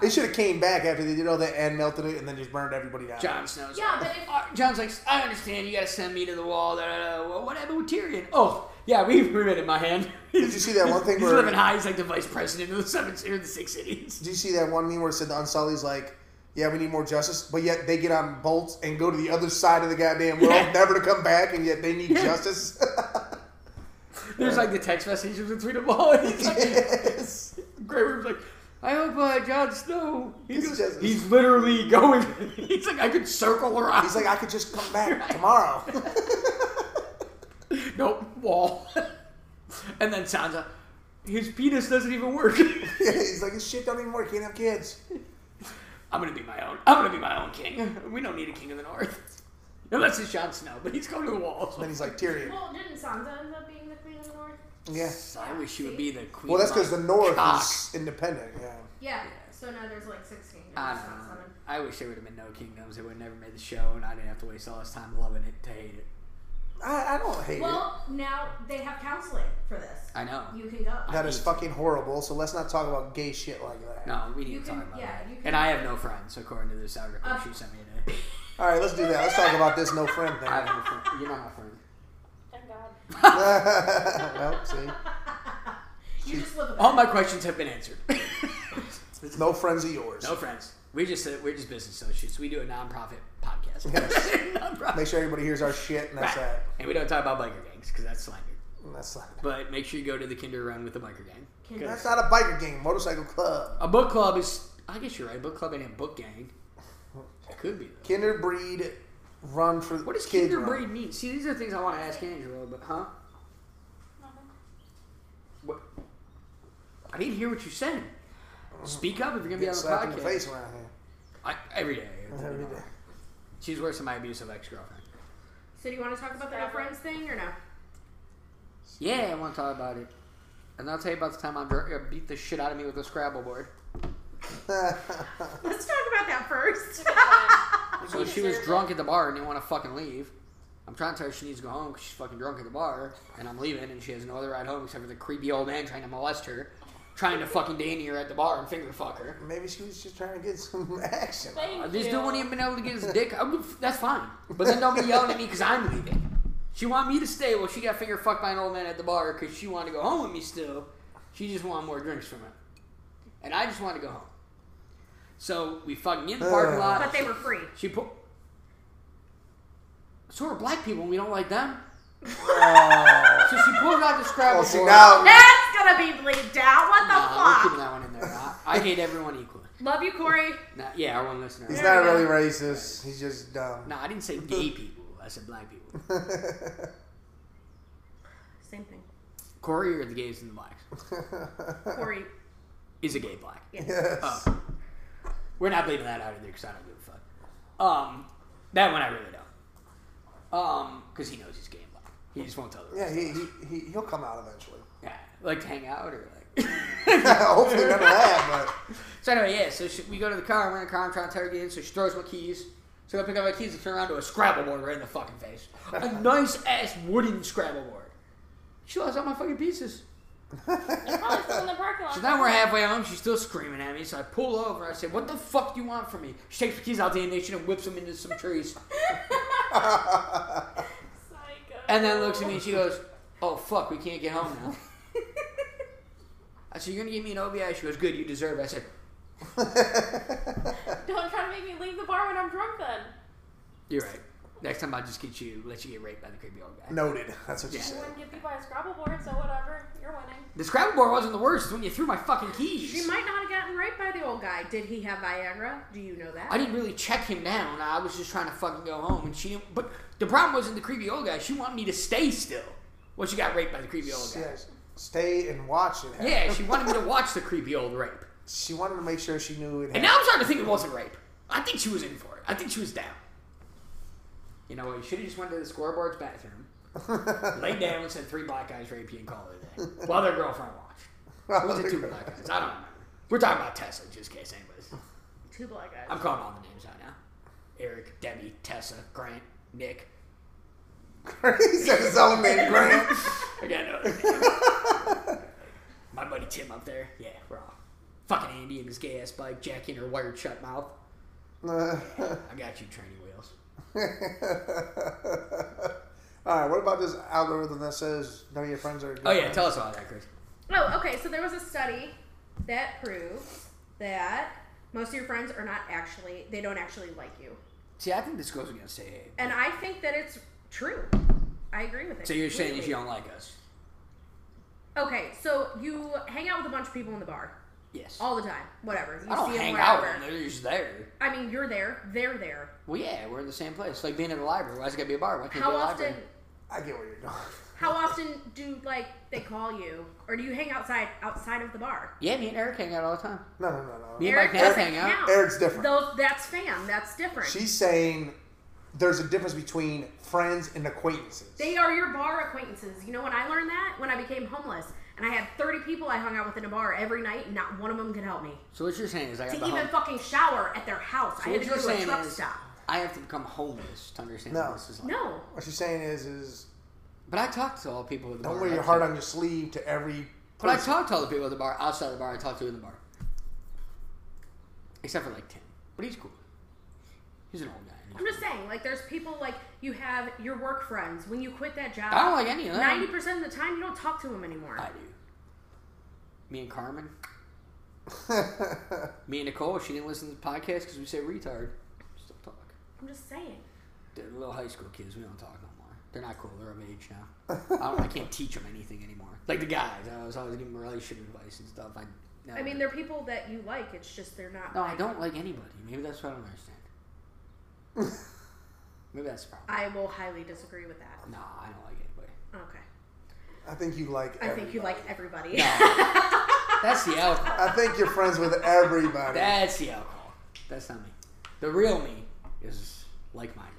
Speaker 3: they should have came back after they did all that and melted it and then just burned everybody down.
Speaker 1: Jon Snow's.
Speaker 6: Yeah, but if-
Speaker 1: Uh, Jon's like, I understand. You got to send me to the wall. Da, da, da. Well, what happened with Tyrion? Oh, yeah, we we read it in my hand.
Speaker 3: Did you see that one thing
Speaker 1: He's
Speaker 3: where-
Speaker 1: living high. He's like the vice president of the seven or the six cities.
Speaker 3: Did you see that one meme where it said the Unsullied's like, yeah, we need more justice. But yet they get on bolts and go to the other side of the goddamn world, never to come back, and yet they need justice.
Speaker 1: There's like the text messages between them all. And he's like,
Speaker 3: yes.
Speaker 1: Grey Worm's like, I hope uh, Jon Snow. He
Speaker 3: He's
Speaker 1: goes,
Speaker 3: just-
Speaker 1: he's literally going. he's like, I could circle around.
Speaker 3: He's like, I could just come back tomorrow.
Speaker 1: nope, wall. and then Sansa, his penis doesn't even work.
Speaker 3: He's like, this shit don't even work. Can't have kids.
Speaker 1: I'm gonna be my own. I'm gonna be my own king. We don't need a king of the north. Unless it's Jon Snow, but he's going to the walls.
Speaker 3: Then he's like, Tyrion.
Speaker 6: Well, didn't Sansa end up being the queen of the north?
Speaker 3: Yeah.
Speaker 1: I wish she would be the queen.
Speaker 3: Well, that's because the
Speaker 1: of my
Speaker 3: North
Speaker 1: cock.
Speaker 3: is independent. Yeah.
Speaker 6: Yeah. So now there's like six kingdoms.
Speaker 1: I don't
Speaker 6: not
Speaker 1: know.
Speaker 6: seven.
Speaker 1: I wish there would have been no kingdoms. It would have never made the show, and I didn't have to waste all this time loving it to hate it.
Speaker 3: I, I don't hate
Speaker 6: Well, now they have counseling for this.
Speaker 1: I know.
Speaker 6: You can go.
Speaker 3: it. That is fucking horrible. So let's not talk about gay shit like that.
Speaker 1: No, we
Speaker 6: You
Speaker 1: didn't
Speaker 6: can-
Speaker 1: talk about
Speaker 6: yeah,
Speaker 1: that.
Speaker 6: you can-
Speaker 1: And I have no friends, according to this algorithm
Speaker 6: Uh,
Speaker 1: she sent me today.
Speaker 3: All right, let's do that. Let's talk about this no friend thing.
Speaker 1: I have no friend. You're not my friend.
Speaker 7: Thank God.
Speaker 3: well, see, eh?
Speaker 6: you just live with
Speaker 1: All Oh my questions have been answered.
Speaker 3: no friends of yours.
Speaker 1: no friends. We just uh, we're just business associates. We do a nonprofit podcast.
Speaker 3: Yes.
Speaker 1: Nonprofit.
Speaker 3: Make sure everybody hears our shit, and that's
Speaker 1: Right.
Speaker 3: that.
Speaker 1: And we don't talk about biker gangs because that's slander.
Speaker 3: And that's that.
Speaker 1: But make sure you go to the Kinder Run with the biker gang.
Speaker 6: Kinder.
Speaker 3: That's
Speaker 1: 'Cause
Speaker 3: not a biker gang. Motorcycle club.
Speaker 1: A book club is. I guess you're right. Book club and a book gang. Could be. Though.
Speaker 3: Kinder breed run for
Speaker 1: What does
Speaker 3: kid
Speaker 1: Kinder
Speaker 3: run.
Speaker 1: breed mean? See, these are things I want to ask Angela, but huh? What? I didn't hear what you said. Speak up if you're gonna be
Speaker 3: Get
Speaker 1: on the
Speaker 3: slapped in the
Speaker 1: podcast.
Speaker 3: face around here
Speaker 1: I, every day.
Speaker 3: every day.
Speaker 1: She's worse than my abusive ex-girlfriend.
Speaker 5: So do you want to talk about the no friends thing or no?
Speaker 1: Yeah, I want to talk about it. And I'll tell you about the time I bur- uh, beat the shit out of me with a Scrabble board.
Speaker 5: Let's talk about that first.
Speaker 1: So she was drunk at the bar and didn't want to fucking leave. I'm trying to tell her she needs to go home because she's fucking drunk at the bar, and I'm leaving, and she has no other ride home except for the creepy old man trying to molest her, trying to fucking Danny her at the bar and finger fuck her.
Speaker 3: Maybe she was just trying to get some action.
Speaker 7: Thank
Speaker 1: Uh, This
Speaker 7: you.
Speaker 1: dude wouldn't even been able to get his dick. I would, that's fine. But then don't be yelling at me because I'm leaving. She wanted me to stay. Well, she got finger fucked by an old man at the bar because she wanted to go home with me still. She just wanted more drinks from him. And I just wanted to go home. So we fucking in the parking
Speaker 3: Ugh.
Speaker 1: lot.
Speaker 5: but they were free.
Speaker 1: She put. So are black people, and we don't like them.
Speaker 3: Oh.
Speaker 1: So she pulled out the Scrabble
Speaker 3: Well, Oh, see
Speaker 1: board.
Speaker 3: now.
Speaker 5: That's gonna be bleeped out. What the
Speaker 1: Nah, we're
Speaker 5: fuck?
Speaker 1: keeping that one in there. I, I hate everyone equally.
Speaker 5: Love you, Corey.
Speaker 1: Nah, yeah, our one listener.
Speaker 3: He's not really racist. He's just dumb.
Speaker 1: No, I didn't say gay people. I said black people.
Speaker 5: Same thing.
Speaker 1: Corey or the gays and the blacks
Speaker 5: Corey.
Speaker 1: is a gay black.
Speaker 3: Yes.
Speaker 1: Oh. We're not leaving that out of there because I don't give a fuck. Um, that one I really don't. Um, because he knows he's gay and black. He just won't tell the
Speaker 3: Yeah,
Speaker 1: rest.
Speaker 3: he, he, he, he'll come out eventually.
Speaker 1: Yeah, like to hang out or like.
Speaker 3: Hopefully none of that,
Speaker 1: So anyway, yeah, so she, we go to the car, we're in the car, I'm trying to tell her again, so she throws my keys. So I pick up my keys and turn around to a Scrabble board right in the fucking face. A nice ass wooden Scrabble board. She lost all my fucking pieces.
Speaker 7: They're probably still in the parking lot.
Speaker 1: So now we're halfway home, she's still screaming at me, so I pull over, I say, What the fuck do you want from me? She takes the keys out of the ignition and whips them into some trees.
Speaker 7: Psycho.
Speaker 1: And then looks at me and she goes, Oh fuck, we can't get home now. I said, You're gonna give me an OBI? She goes, Good, you deserve it. I said,
Speaker 3: but.
Speaker 7: Don't try to make me leave the bar when I'm drunk then.
Speaker 1: You're right. Next time I'll just get you let you get raped by the creepy old guy.
Speaker 3: Noted. That's what you
Speaker 1: Yeah.
Speaker 7: You
Speaker 3: said.
Speaker 7: wouldn't get beat by a Scrabble board, so whatever. You're winning.
Speaker 1: The Scrabble board wasn't the worst. It's when you threw my fucking keys.
Speaker 5: She might not have gotten raped by the old guy. Did he have Viagra? Do you know that?
Speaker 1: I didn't really check him down. I was just trying to fucking go home, and she didn't. But the problem wasn't the creepy old guy. She wanted me to stay still. Well, she got raped by the creepy old guy.
Speaker 3: Yes. Stay and watch it happen.
Speaker 1: Yeah, she wanted me to watch the creepy old rape.
Speaker 3: She wanted to make sure she knew it
Speaker 1: And
Speaker 3: happened.
Speaker 1: now I'm starting to think it wasn't rape. I think she was in for it. I think she was down. You know what? You should have just went to the scoreboard's bathroom, laid down, and said three black guys rape you and call it a day. While their girlfriend watched. Was it two black guys? I don't remember. We're talking about Tessa, just in case anybody's.
Speaker 5: Two black guys.
Speaker 1: I'm calling all the names out now. Eric, Debbie, Tessa, Grant, Nick.
Speaker 3: he said his own name, Grant.
Speaker 1: I got no other names. My buddy Tim up there. Yeah, we're all. Fucking Andy and his gay ass bike, Jackie and her wired shut mouth. I got you, training wheels.
Speaker 3: All right, what about this algorithm that says none of your friends are good?
Speaker 1: Oh, yeah,
Speaker 3: friends?
Speaker 1: tell us about that, Chris.
Speaker 5: Oh, okay. So there was a study that proves that Most of your friends are not actually, they don't actually like you.
Speaker 1: See, I think this goes against AA.
Speaker 5: And I think that it's true. I agree with it.
Speaker 1: So you're saying if
Speaker 5: completely.
Speaker 1: you don't like us?
Speaker 5: Okay, so you hang out with a bunch of people in the bar
Speaker 1: Yes.
Speaker 5: all the time, whatever. You
Speaker 1: Oh, I don't
Speaker 5: see 'em
Speaker 1: hang out
Speaker 5: wherever.
Speaker 1: with them. They're just there.
Speaker 5: I mean, you're there, they're there.
Speaker 1: Well, yeah, we're in the same place. Like being at a library. Why's it gotta be a bar? Why can't it
Speaker 5: How
Speaker 1: be a
Speaker 5: often?
Speaker 1: library?
Speaker 3: I get where you're going.
Speaker 5: How often do like they call you, or do you hang outside outside of the bar?
Speaker 1: Yeah, me and Eric hang out all the time.
Speaker 3: No, no, no,
Speaker 1: Me
Speaker 3: no.
Speaker 1: and Mike
Speaker 5: Eric
Speaker 1: Nath
Speaker 5: doesn't
Speaker 1: hang out.
Speaker 5: count.
Speaker 3: Eric's different.
Speaker 5: Those that's fam. That's different.
Speaker 3: She's saying there's a difference between friends and acquaintances.
Speaker 5: They are your bar acquaintances. You know when I learned that? When I became homeless and I had 30 people I hung out with in a bar every night and not one of them could help me.
Speaker 1: So what you're saying is I
Speaker 5: To
Speaker 1: got the
Speaker 5: even
Speaker 1: home-
Speaker 5: fucking shower at their house.
Speaker 1: So
Speaker 5: I had
Speaker 1: what
Speaker 5: to go
Speaker 1: you're
Speaker 5: to a
Speaker 1: saying
Speaker 5: truck
Speaker 1: is
Speaker 5: stop.
Speaker 1: I have to become homeless to understand
Speaker 3: No.
Speaker 1: what this is like.
Speaker 5: No.
Speaker 3: what she's saying is, is
Speaker 1: But I talk to all the people at the
Speaker 3: don't
Speaker 1: bar.
Speaker 3: wear your
Speaker 1: outside.
Speaker 3: heart on your sleeve to every.
Speaker 1: But I
Speaker 3: person.
Speaker 1: talk to all the people at the bar outside the bar. I talk to in the bar, except for like Tim. But he's cool. He's an old guy. and he's
Speaker 5: I'm just saying, like, there's people like you have your work friends. When you quit that job,
Speaker 1: I don't like any of them.
Speaker 5: 90% of the time you don't talk to them anymore.
Speaker 1: I do. Me and Carmen. Me and Nicole. She didn't listen to the podcast because we say retard. Still talk.
Speaker 5: I'm just saying.
Speaker 1: They're little high school kids. We don't talk no more. They're not cool. They're of age now. I, don't, I can't teach them anything anymore. Like the guys, I was always giving them relationship advice and stuff. I. Never,
Speaker 5: I mean, they're people that you like. It's just they're not.
Speaker 1: No, I don't like anybody. Maybe that's what I don't understand. Maybe that's the problem.
Speaker 5: I will highly disagree with that.
Speaker 1: No, I don't like anybody.
Speaker 5: Okay.
Speaker 3: I think you like.
Speaker 5: I think you like everybody.
Speaker 1: That's the alcohol.
Speaker 3: I think you're friends with everybody.
Speaker 1: That's the alcohol. That's not me. The real me is like-minded.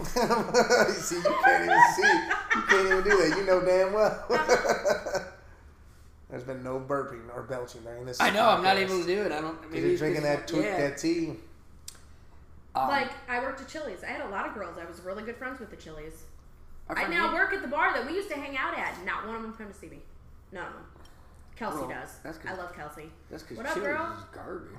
Speaker 3: see, you can't even see. You can't even do that. You know damn well. There's been no burping or belching during this.
Speaker 1: I know. I'm not
Speaker 3: podcast.
Speaker 1: able to do it. I don't. Maybe
Speaker 3: Because you're
Speaker 1: it's
Speaker 3: drinking that
Speaker 1: just-
Speaker 3: twi-
Speaker 1: yeah.
Speaker 3: that tea.
Speaker 1: Um,
Speaker 5: Like I worked at Chili's. I had a lot of girls. I was really good friends with the Chili's.
Speaker 1: our
Speaker 5: I
Speaker 1: friend
Speaker 5: now
Speaker 1: Nick-
Speaker 5: work at the bar that we used to hang out at. Not one of them come to see me. None of them. Kelsey
Speaker 1: Well,
Speaker 5: does.
Speaker 1: that's good.
Speaker 5: I love Kelsey.
Speaker 1: That's because
Speaker 5: What up,
Speaker 1: Chili's
Speaker 5: girl?
Speaker 1: is garbage.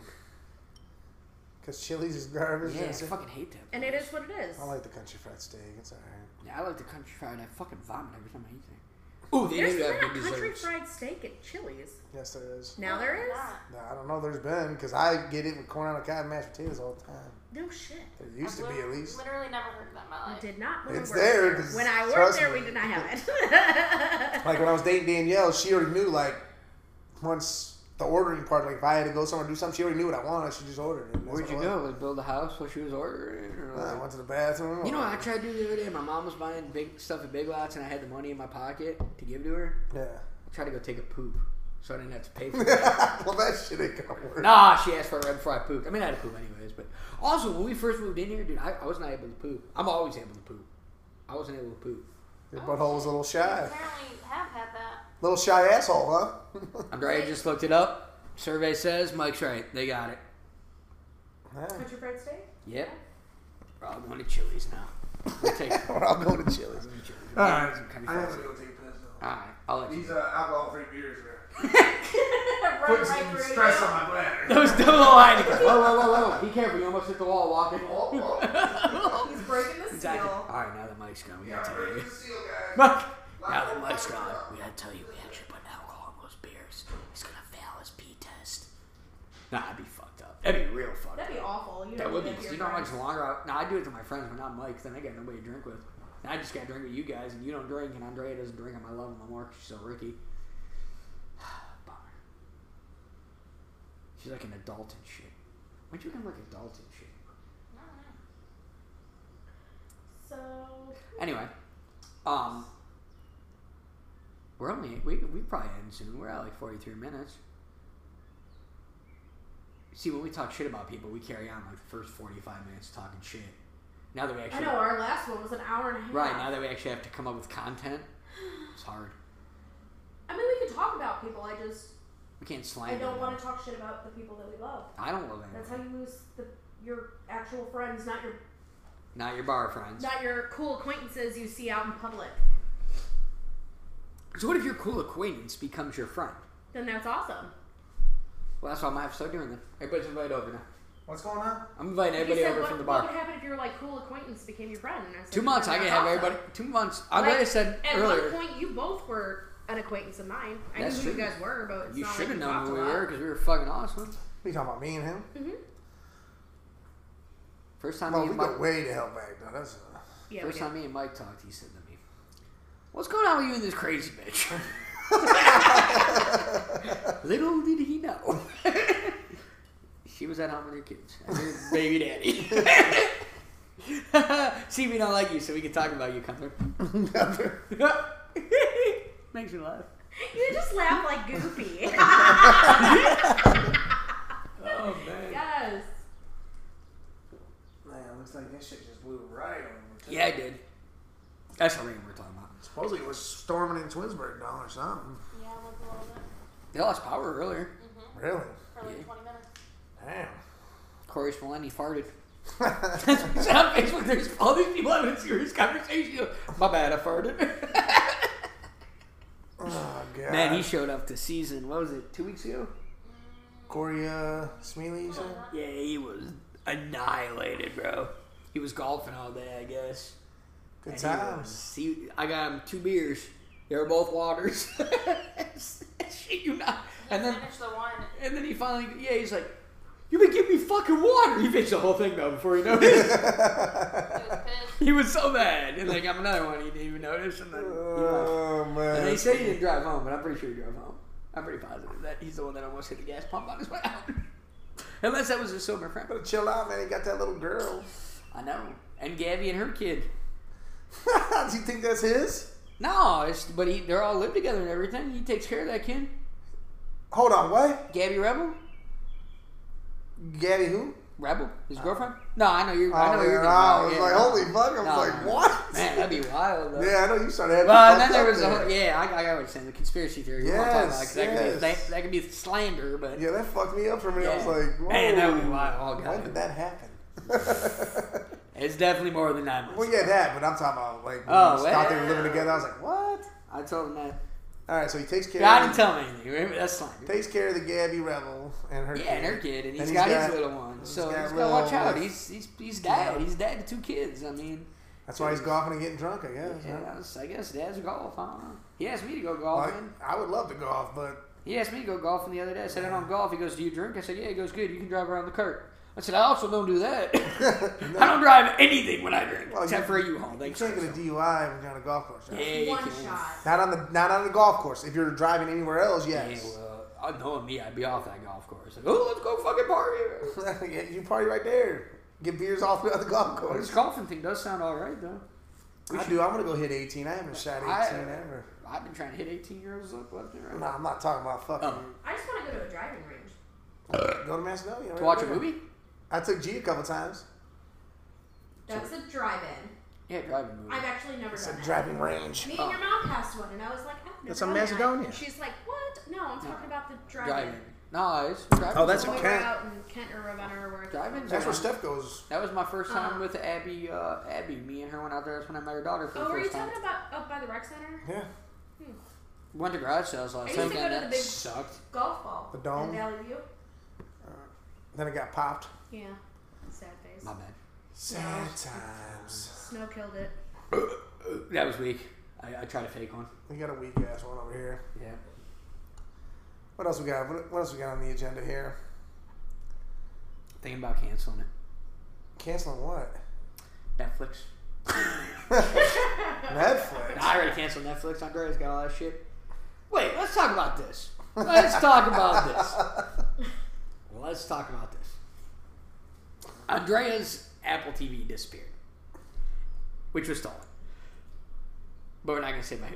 Speaker 3: Because Chili's is garbage.
Speaker 1: Yeah, I
Speaker 3: Jensen.
Speaker 1: fucking hate that.
Speaker 5: And it is what it is.
Speaker 3: I like the country fried steak. It's alright.
Speaker 1: Yeah, I like the country fried. and I fucking vomit every time I eat it. Ooh, they
Speaker 5: There's
Speaker 1: do
Speaker 5: not
Speaker 1: have
Speaker 5: a
Speaker 1: good
Speaker 5: country
Speaker 1: desserts.
Speaker 5: fried steak at Chili's.
Speaker 3: Yes, there is.
Speaker 5: Now there is.
Speaker 3: No, I don't know. There's been because I get it with corn on the cob and mashed potatoes all the time.
Speaker 5: No shit.
Speaker 3: There used to be at least.
Speaker 7: Literally never heard of that in my
Speaker 5: We
Speaker 7: life.
Speaker 5: did not. When
Speaker 3: It's
Speaker 5: we worked
Speaker 3: there, 'cause
Speaker 5: When I worked
Speaker 3: trust
Speaker 5: there,
Speaker 3: me.
Speaker 5: we did not have it.
Speaker 3: Like when I was dating Danielle, she already knew. Like once the ordering part, like if I had to go somewhere and do something, she already knew what I wanted. She just ordered it. That's
Speaker 1: Where'd you
Speaker 3: all it was.
Speaker 1: go? Was build a house while she was ordering? Or
Speaker 3: I
Speaker 1: like-
Speaker 3: went to the bathroom.
Speaker 1: You know, what I tried to do the other day. My mom was buying big stuff at Big Lots, and I had the money in my pocket to give to her.
Speaker 3: Yeah.
Speaker 1: I tried to go take a poop, so I didn't have to pay for it.
Speaker 3: well, that shit ain't gonna work.
Speaker 1: nah, she asked for it right before I pooped. I mean, I had to poop anyways, but also when we first moved in here, dude, I, I was not able to poop. I'm always able to poop. I wasn't able to poop.
Speaker 3: Your butthole was a little shy.
Speaker 7: Apparently have had that.
Speaker 3: Little shy asshole, huh?
Speaker 1: Andrea just looked it up. Survey says Mike's right. They got it.
Speaker 3: Yeah.
Speaker 5: Country fried steak.
Speaker 1: Yep. We're all going to Chili's now. We'll take
Speaker 3: We're all going to Chili's.
Speaker 1: We'll Chili's.
Speaker 3: All right.
Speaker 1: Some kind of
Speaker 3: I have
Speaker 1: fries.
Speaker 3: to go take a piss. though.
Speaker 1: All right. I'll let you.
Speaker 3: These uh, alcohol-free beers are
Speaker 7: Run
Speaker 3: putting
Speaker 7: right
Speaker 3: some
Speaker 7: through
Speaker 3: stress
Speaker 7: you.
Speaker 3: on my bladder.
Speaker 1: Those double Heineken. Whoa, whoa, whoa, whoa! Be careful. You almost hit the wall walking.
Speaker 6: He's breaking the
Speaker 1: Exactly.
Speaker 6: seal.
Speaker 1: All right, now that Mike's gone, we gotta tell you.
Speaker 3: Break the seal, guys.
Speaker 1: Mike, now that Mike's gone, we gotta tell you we actually put alcohol in those beers. He's gonna fail his pee test. Nah, I'd be fucked up. That'd be real fucked
Speaker 6: That'd be
Speaker 1: up.
Speaker 6: awful. You
Speaker 1: That
Speaker 6: don't
Speaker 1: would
Speaker 6: do
Speaker 1: be.
Speaker 6: to
Speaker 1: 'cause
Speaker 6: your
Speaker 1: You know how
Speaker 6: friends.
Speaker 1: much longer? I, now I do it to my friends, but not Mike. 'cause Then I got nobody to drink with. And I just gotta drink with you guys, and you don't drink, and Andrea doesn't drink, and I love him no more 'cause she's so Ricky. Bummer. She's like an adult and shit. Why'd you become like adult and shit?
Speaker 6: So
Speaker 1: Anyway, um, we're only we we probably end soon. We're at like forty three minutes. See, when we talk shit about people, we carry on like the first forty five minutes talking shit. Now that we
Speaker 5: I
Speaker 1: actually
Speaker 5: know our last one was an hour and a half.
Speaker 1: right now that we actually have to come up with content, it's hard.
Speaker 5: I mean, we can talk about people. I just
Speaker 1: We can't
Speaker 5: I
Speaker 1: slam.
Speaker 5: don't
Speaker 1: anyone.
Speaker 5: want to talk shit about the people that we love.
Speaker 1: I don't love
Speaker 5: That's
Speaker 1: anyone.
Speaker 5: how you lose the, your actual friends, not your
Speaker 1: Not your bar friends.
Speaker 5: not your cool acquaintances you see out in public.
Speaker 1: So what if your cool acquaintance becomes your friend?
Speaker 5: Then that's awesome.
Speaker 1: Well, that's why my episode doing then. Everybody's invited over now.
Speaker 3: What's going on?
Speaker 1: I'm inviting
Speaker 5: He
Speaker 1: everybody
Speaker 5: said,
Speaker 1: over
Speaker 5: what,
Speaker 1: from the
Speaker 5: What
Speaker 1: bar.
Speaker 5: would happen if your like cool acquaintance became your friend? And I said,
Speaker 1: Two months, I can
Speaker 5: "Then that's
Speaker 1: have
Speaker 5: awesome."
Speaker 1: everybody. Two months. I like I
Speaker 5: Like,
Speaker 1: said
Speaker 5: at
Speaker 1: earlier.
Speaker 5: one point, you both were an acquaintance of mine. I
Speaker 1: That's
Speaker 5: knew who
Speaker 1: true.
Speaker 5: you guys were, but it's
Speaker 1: You
Speaker 5: not
Speaker 1: should have
Speaker 5: like
Speaker 1: known
Speaker 5: talked
Speaker 1: who
Speaker 5: a
Speaker 1: we
Speaker 5: lot.
Speaker 1: were because we were fucking awesome.
Speaker 3: you talking about me and him?
Speaker 1: First time
Speaker 3: Well,
Speaker 1: me
Speaker 3: we
Speaker 1: and
Speaker 3: go
Speaker 1: Mike,
Speaker 3: way the hell back though. That's
Speaker 5: Yeah, we
Speaker 1: first
Speaker 5: did.
Speaker 1: time me and Mike talked, he said to me, "What's going on with you and this crazy bitch?" Little did he know, she was at home with her kids, and her baby daddy. See, we don't like you, so we can talk about you, Cumber. Makes me laugh.
Speaker 5: You just laugh like Goofy.
Speaker 1: Oh man.
Speaker 5: yes.
Speaker 3: man, looks like that shit just blew right over.
Speaker 1: Yeah, I did. That's how many we're talking about.
Speaker 3: Supposedly it was storming in Twinsburg though or something.
Speaker 7: Yeah, it was a little bit.
Speaker 1: They lost power earlier.
Speaker 3: Really?
Speaker 7: For like
Speaker 1: Yeah.
Speaker 7: 20 minutes.
Speaker 3: Damn.
Speaker 1: Corey Spillane farted. That's what's on Facebook. There's all these people having a serious conversation. You're like, My bad, I farted.
Speaker 3: oh god.
Speaker 1: Man, he showed up to season. What was it? Two weeks ago?
Speaker 3: Corey uh, Smealy, you said?
Speaker 1: Yeah, he was annihilated, bro. He was golfing all day, I guess.
Speaker 3: Good
Speaker 1: And he
Speaker 3: times.
Speaker 1: was- he- I got him two beers. They were both waters. Shit, you not. And then
Speaker 7: Finished the one.
Speaker 1: And then he finally, yeah, he's like, "You been giving me fucking water." He finished the whole thing though before he noticed.
Speaker 7: He was pissed.
Speaker 1: he was so mad, and like, I'm another one. He didn't even notice, and then he left.
Speaker 3: Oh
Speaker 1: And they
Speaker 3: man.
Speaker 1: said he didn't drive home, but I'm pretty sure he drove home. I'm pretty positive that he's the one that almost hit the gas pump on his way out. Unless that was his sober friend.
Speaker 3: Better chill out, man. He got that little girl.
Speaker 1: I know. And Gabby and her kid.
Speaker 3: Do you think that's his?
Speaker 1: No, it's but he, they're all live together and everything. He takes care of that kid.
Speaker 3: Hold on, what?
Speaker 1: Gabby Rebel,
Speaker 3: Gabby who?
Speaker 1: Rebel, his girlfriend. No, I know you're.
Speaker 3: Uh, Oh,
Speaker 1: I know you're.
Speaker 3: yeah, I was like, holy fuck. I was like, what?
Speaker 1: Man, that'd be wild. Though.
Speaker 3: Yeah, I know you started having
Speaker 1: Well, and
Speaker 3: fucked
Speaker 1: then there
Speaker 3: up
Speaker 1: was a whole, yeah, I, I got what you're saying, the conspiracy theory. we won't talk about it, 'cause that, could be,
Speaker 3: Yes,
Speaker 1: that, that could be slander, but
Speaker 3: Yeah, that fucked me up for a minute. I was
Speaker 1: Yeah.
Speaker 3: like, Whoa,
Speaker 1: Man, that would be wild. Oh, God.
Speaker 3: When did that happen? well,
Speaker 1: it's definitely more than nine months.
Speaker 3: yeah, that. But I'm talking about like when
Speaker 1: Oh,
Speaker 3: we stopped there
Speaker 1: well.
Speaker 3: living together. I was like, what?
Speaker 1: I told him that.
Speaker 3: All right, so he takes care.
Speaker 1: Yeah, I
Speaker 3: of
Speaker 1: didn't tell him anything. Remember? That's slander.
Speaker 3: Takes care of the Gabby Rebel and her.
Speaker 1: Yeah,
Speaker 3: kid.
Speaker 1: and her kid, and
Speaker 3: And
Speaker 1: he's
Speaker 3: he's
Speaker 1: got,
Speaker 3: got-
Speaker 1: his little one. So
Speaker 3: got
Speaker 1: he's got to watch
Speaker 3: little-
Speaker 1: out. He's he's he's dad. He's dad to two kids. I mean,
Speaker 3: That's why he's golfing and getting drunk. I guess.
Speaker 1: yeah,
Speaker 3: huh?
Speaker 1: that's- I guess dad's golf. I don't know. He asked me to go
Speaker 3: Like,
Speaker 1: golfing.
Speaker 3: I would love to golf, but
Speaker 1: He asked me to go golfing the other day. I said, I don't golf. He goes, Do you drink? I said, Yeah. He goes, Good. You can drive around the cart. I said, I also don't do that. I don't drive anything when I drink,
Speaker 3: Well,
Speaker 1: except
Speaker 3: you-
Speaker 1: for you, home.
Speaker 3: you can't get a DUI when you're on a golf course. right?
Speaker 1: Yeah, you
Speaker 6: One
Speaker 1: can.
Speaker 6: shot.
Speaker 3: Not on the not on the golf course. If you're driving anywhere else,
Speaker 1: Yeah,
Speaker 3: yes.
Speaker 1: well, I knowing me, I'd be off that golf course. Like, oh, let's go fucking party.
Speaker 3: Yeah, you party right there. Get beers off the other golf course.
Speaker 1: This golfing thing does sound all right, though.
Speaker 3: I do. I'm gonna go hit 18. I haven't shot 18
Speaker 1: I-
Speaker 3: ever.
Speaker 1: I've been trying to hit 18 year olds up left and right.
Speaker 3: No, I'm not talking about fucking.
Speaker 1: Oh.
Speaker 5: I just want to go to a driving range.
Speaker 3: Go to Macedonia. right
Speaker 1: to watch a
Speaker 3: there.
Speaker 1: movie?
Speaker 3: I took G a couple times.
Speaker 6: That's a drive-in.
Speaker 1: Yeah, drive a movie.
Speaker 6: I've actually never
Speaker 3: It's a
Speaker 6: done that.
Speaker 3: driving range.
Speaker 6: Me and your mom passed one, and I was like, I've never
Speaker 3: That's a
Speaker 6: done that.
Speaker 3: Macedonia.
Speaker 6: And she's like, what? No, I'm talking about the drive-in.
Speaker 1: Driving. No, it's
Speaker 3: Oh, that's
Speaker 1: driving.
Speaker 5: We
Speaker 3: a-
Speaker 5: were
Speaker 3: Kent.
Speaker 5: out in Kent or Ravenna or wherever.
Speaker 1: Driving.
Speaker 3: That's where Steph goes.
Speaker 1: That was my first time with Abby. Uh, Abby, me and her went out there. That's when I met her daughter for the
Speaker 5: Oh, were you
Speaker 1: first time.
Speaker 5: talking about up by the rec center?
Speaker 3: Yeah.
Speaker 1: Went to garage sales last
Speaker 5: used
Speaker 1: time.
Speaker 5: to go to
Speaker 1: and
Speaker 5: the
Speaker 1: That
Speaker 5: big-
Speaker 1: sucked.
Speaker 6: Golf ball.
Speaker 3: The dome.
Speaker 6: In Valley View.
Speaker 3: Then it got popped.
Speaker 5: Yeah. Sad face.
Speaker 1: My bad.
Speaker 3: Sad times.
Speaker 5: Snow killed it.
Speaker 1: That was weak. I, I tried to fake one.
Speaker 3: We got a weak ass one over here.
Speaker 1: Yeah.
Speaker 3: What else we got? What what else we got on the agenda here?
Speaker 1: Thinking about canceling it.
Speaker 3: Canceling what?
Speaker 1: Netflix.
Speaker 3: Netflix.
Speaker 1: I already canceled Netflix. Andrea's got all that shit. Wait, let's talk about this. Let's talk about this. Let's talk about this. Andrea's Apple TV disappeared, which was stolen. But we're not gonna say by who.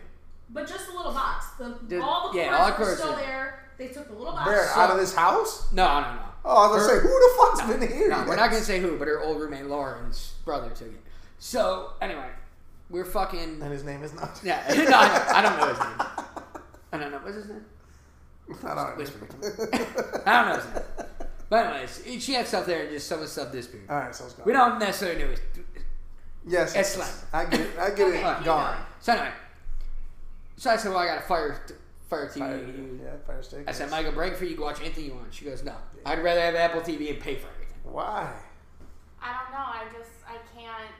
Speaker 6: But just the little box. The,
Speaker 1: The-
Speaker 6: all the
Speaker 1: yeah,
Speaker 6: cords
Speaker 1: all the
Speaker 6: were
Speaker 1: cords
Speaker 6: still
Speaker 1: are-
Speaker 6: there. They took the little box.
Speaker 3: Where? Out of this house?
Speaker 1: No, no, no.
Speaker 3: Oh, I was gonna say, who the fuck's been here?
Speaker 1: No, we're not gonna say who, but her old roommate Lauren's brother took it. So anyway, we're fucking.
Speaker 3: And his name is not.
Speaker 1: Yeah, no, I, know. I don't know his name. I don't know what's his name.
Speaker 3: I don't
Speaker 1: Whisper it to me. I don't know his name. But anyways, she had stuff there, and just some of the stuff disappeared.
Speaker 3: All right, so it's gone.
Speaker 1: We don't necessarily know. His,
Speaker 3: Yes.
Speaker 1: It's
Speaker 3: yes, yes.
Speaker 1: slang.
Speaker 3: I get it. I get
Speaker 6: Okay,
Speaker 3: it.
Speaker 6: keep
Speaker 3: Gone.
Speaker 1: so anyway, so I said, "Well, I got a fire, fire TV."
Speaker 3: Yeah, fire stick.
Speaker 1: I said,
Speaker 3: yes.
Speaker 1: "Michael, break free. You can watch anything you want." She goes, "No, I'd rather have Apple TV and pay for everything."
Speaker 3: Why?
Speaker 7: I don't know. I just, I can't.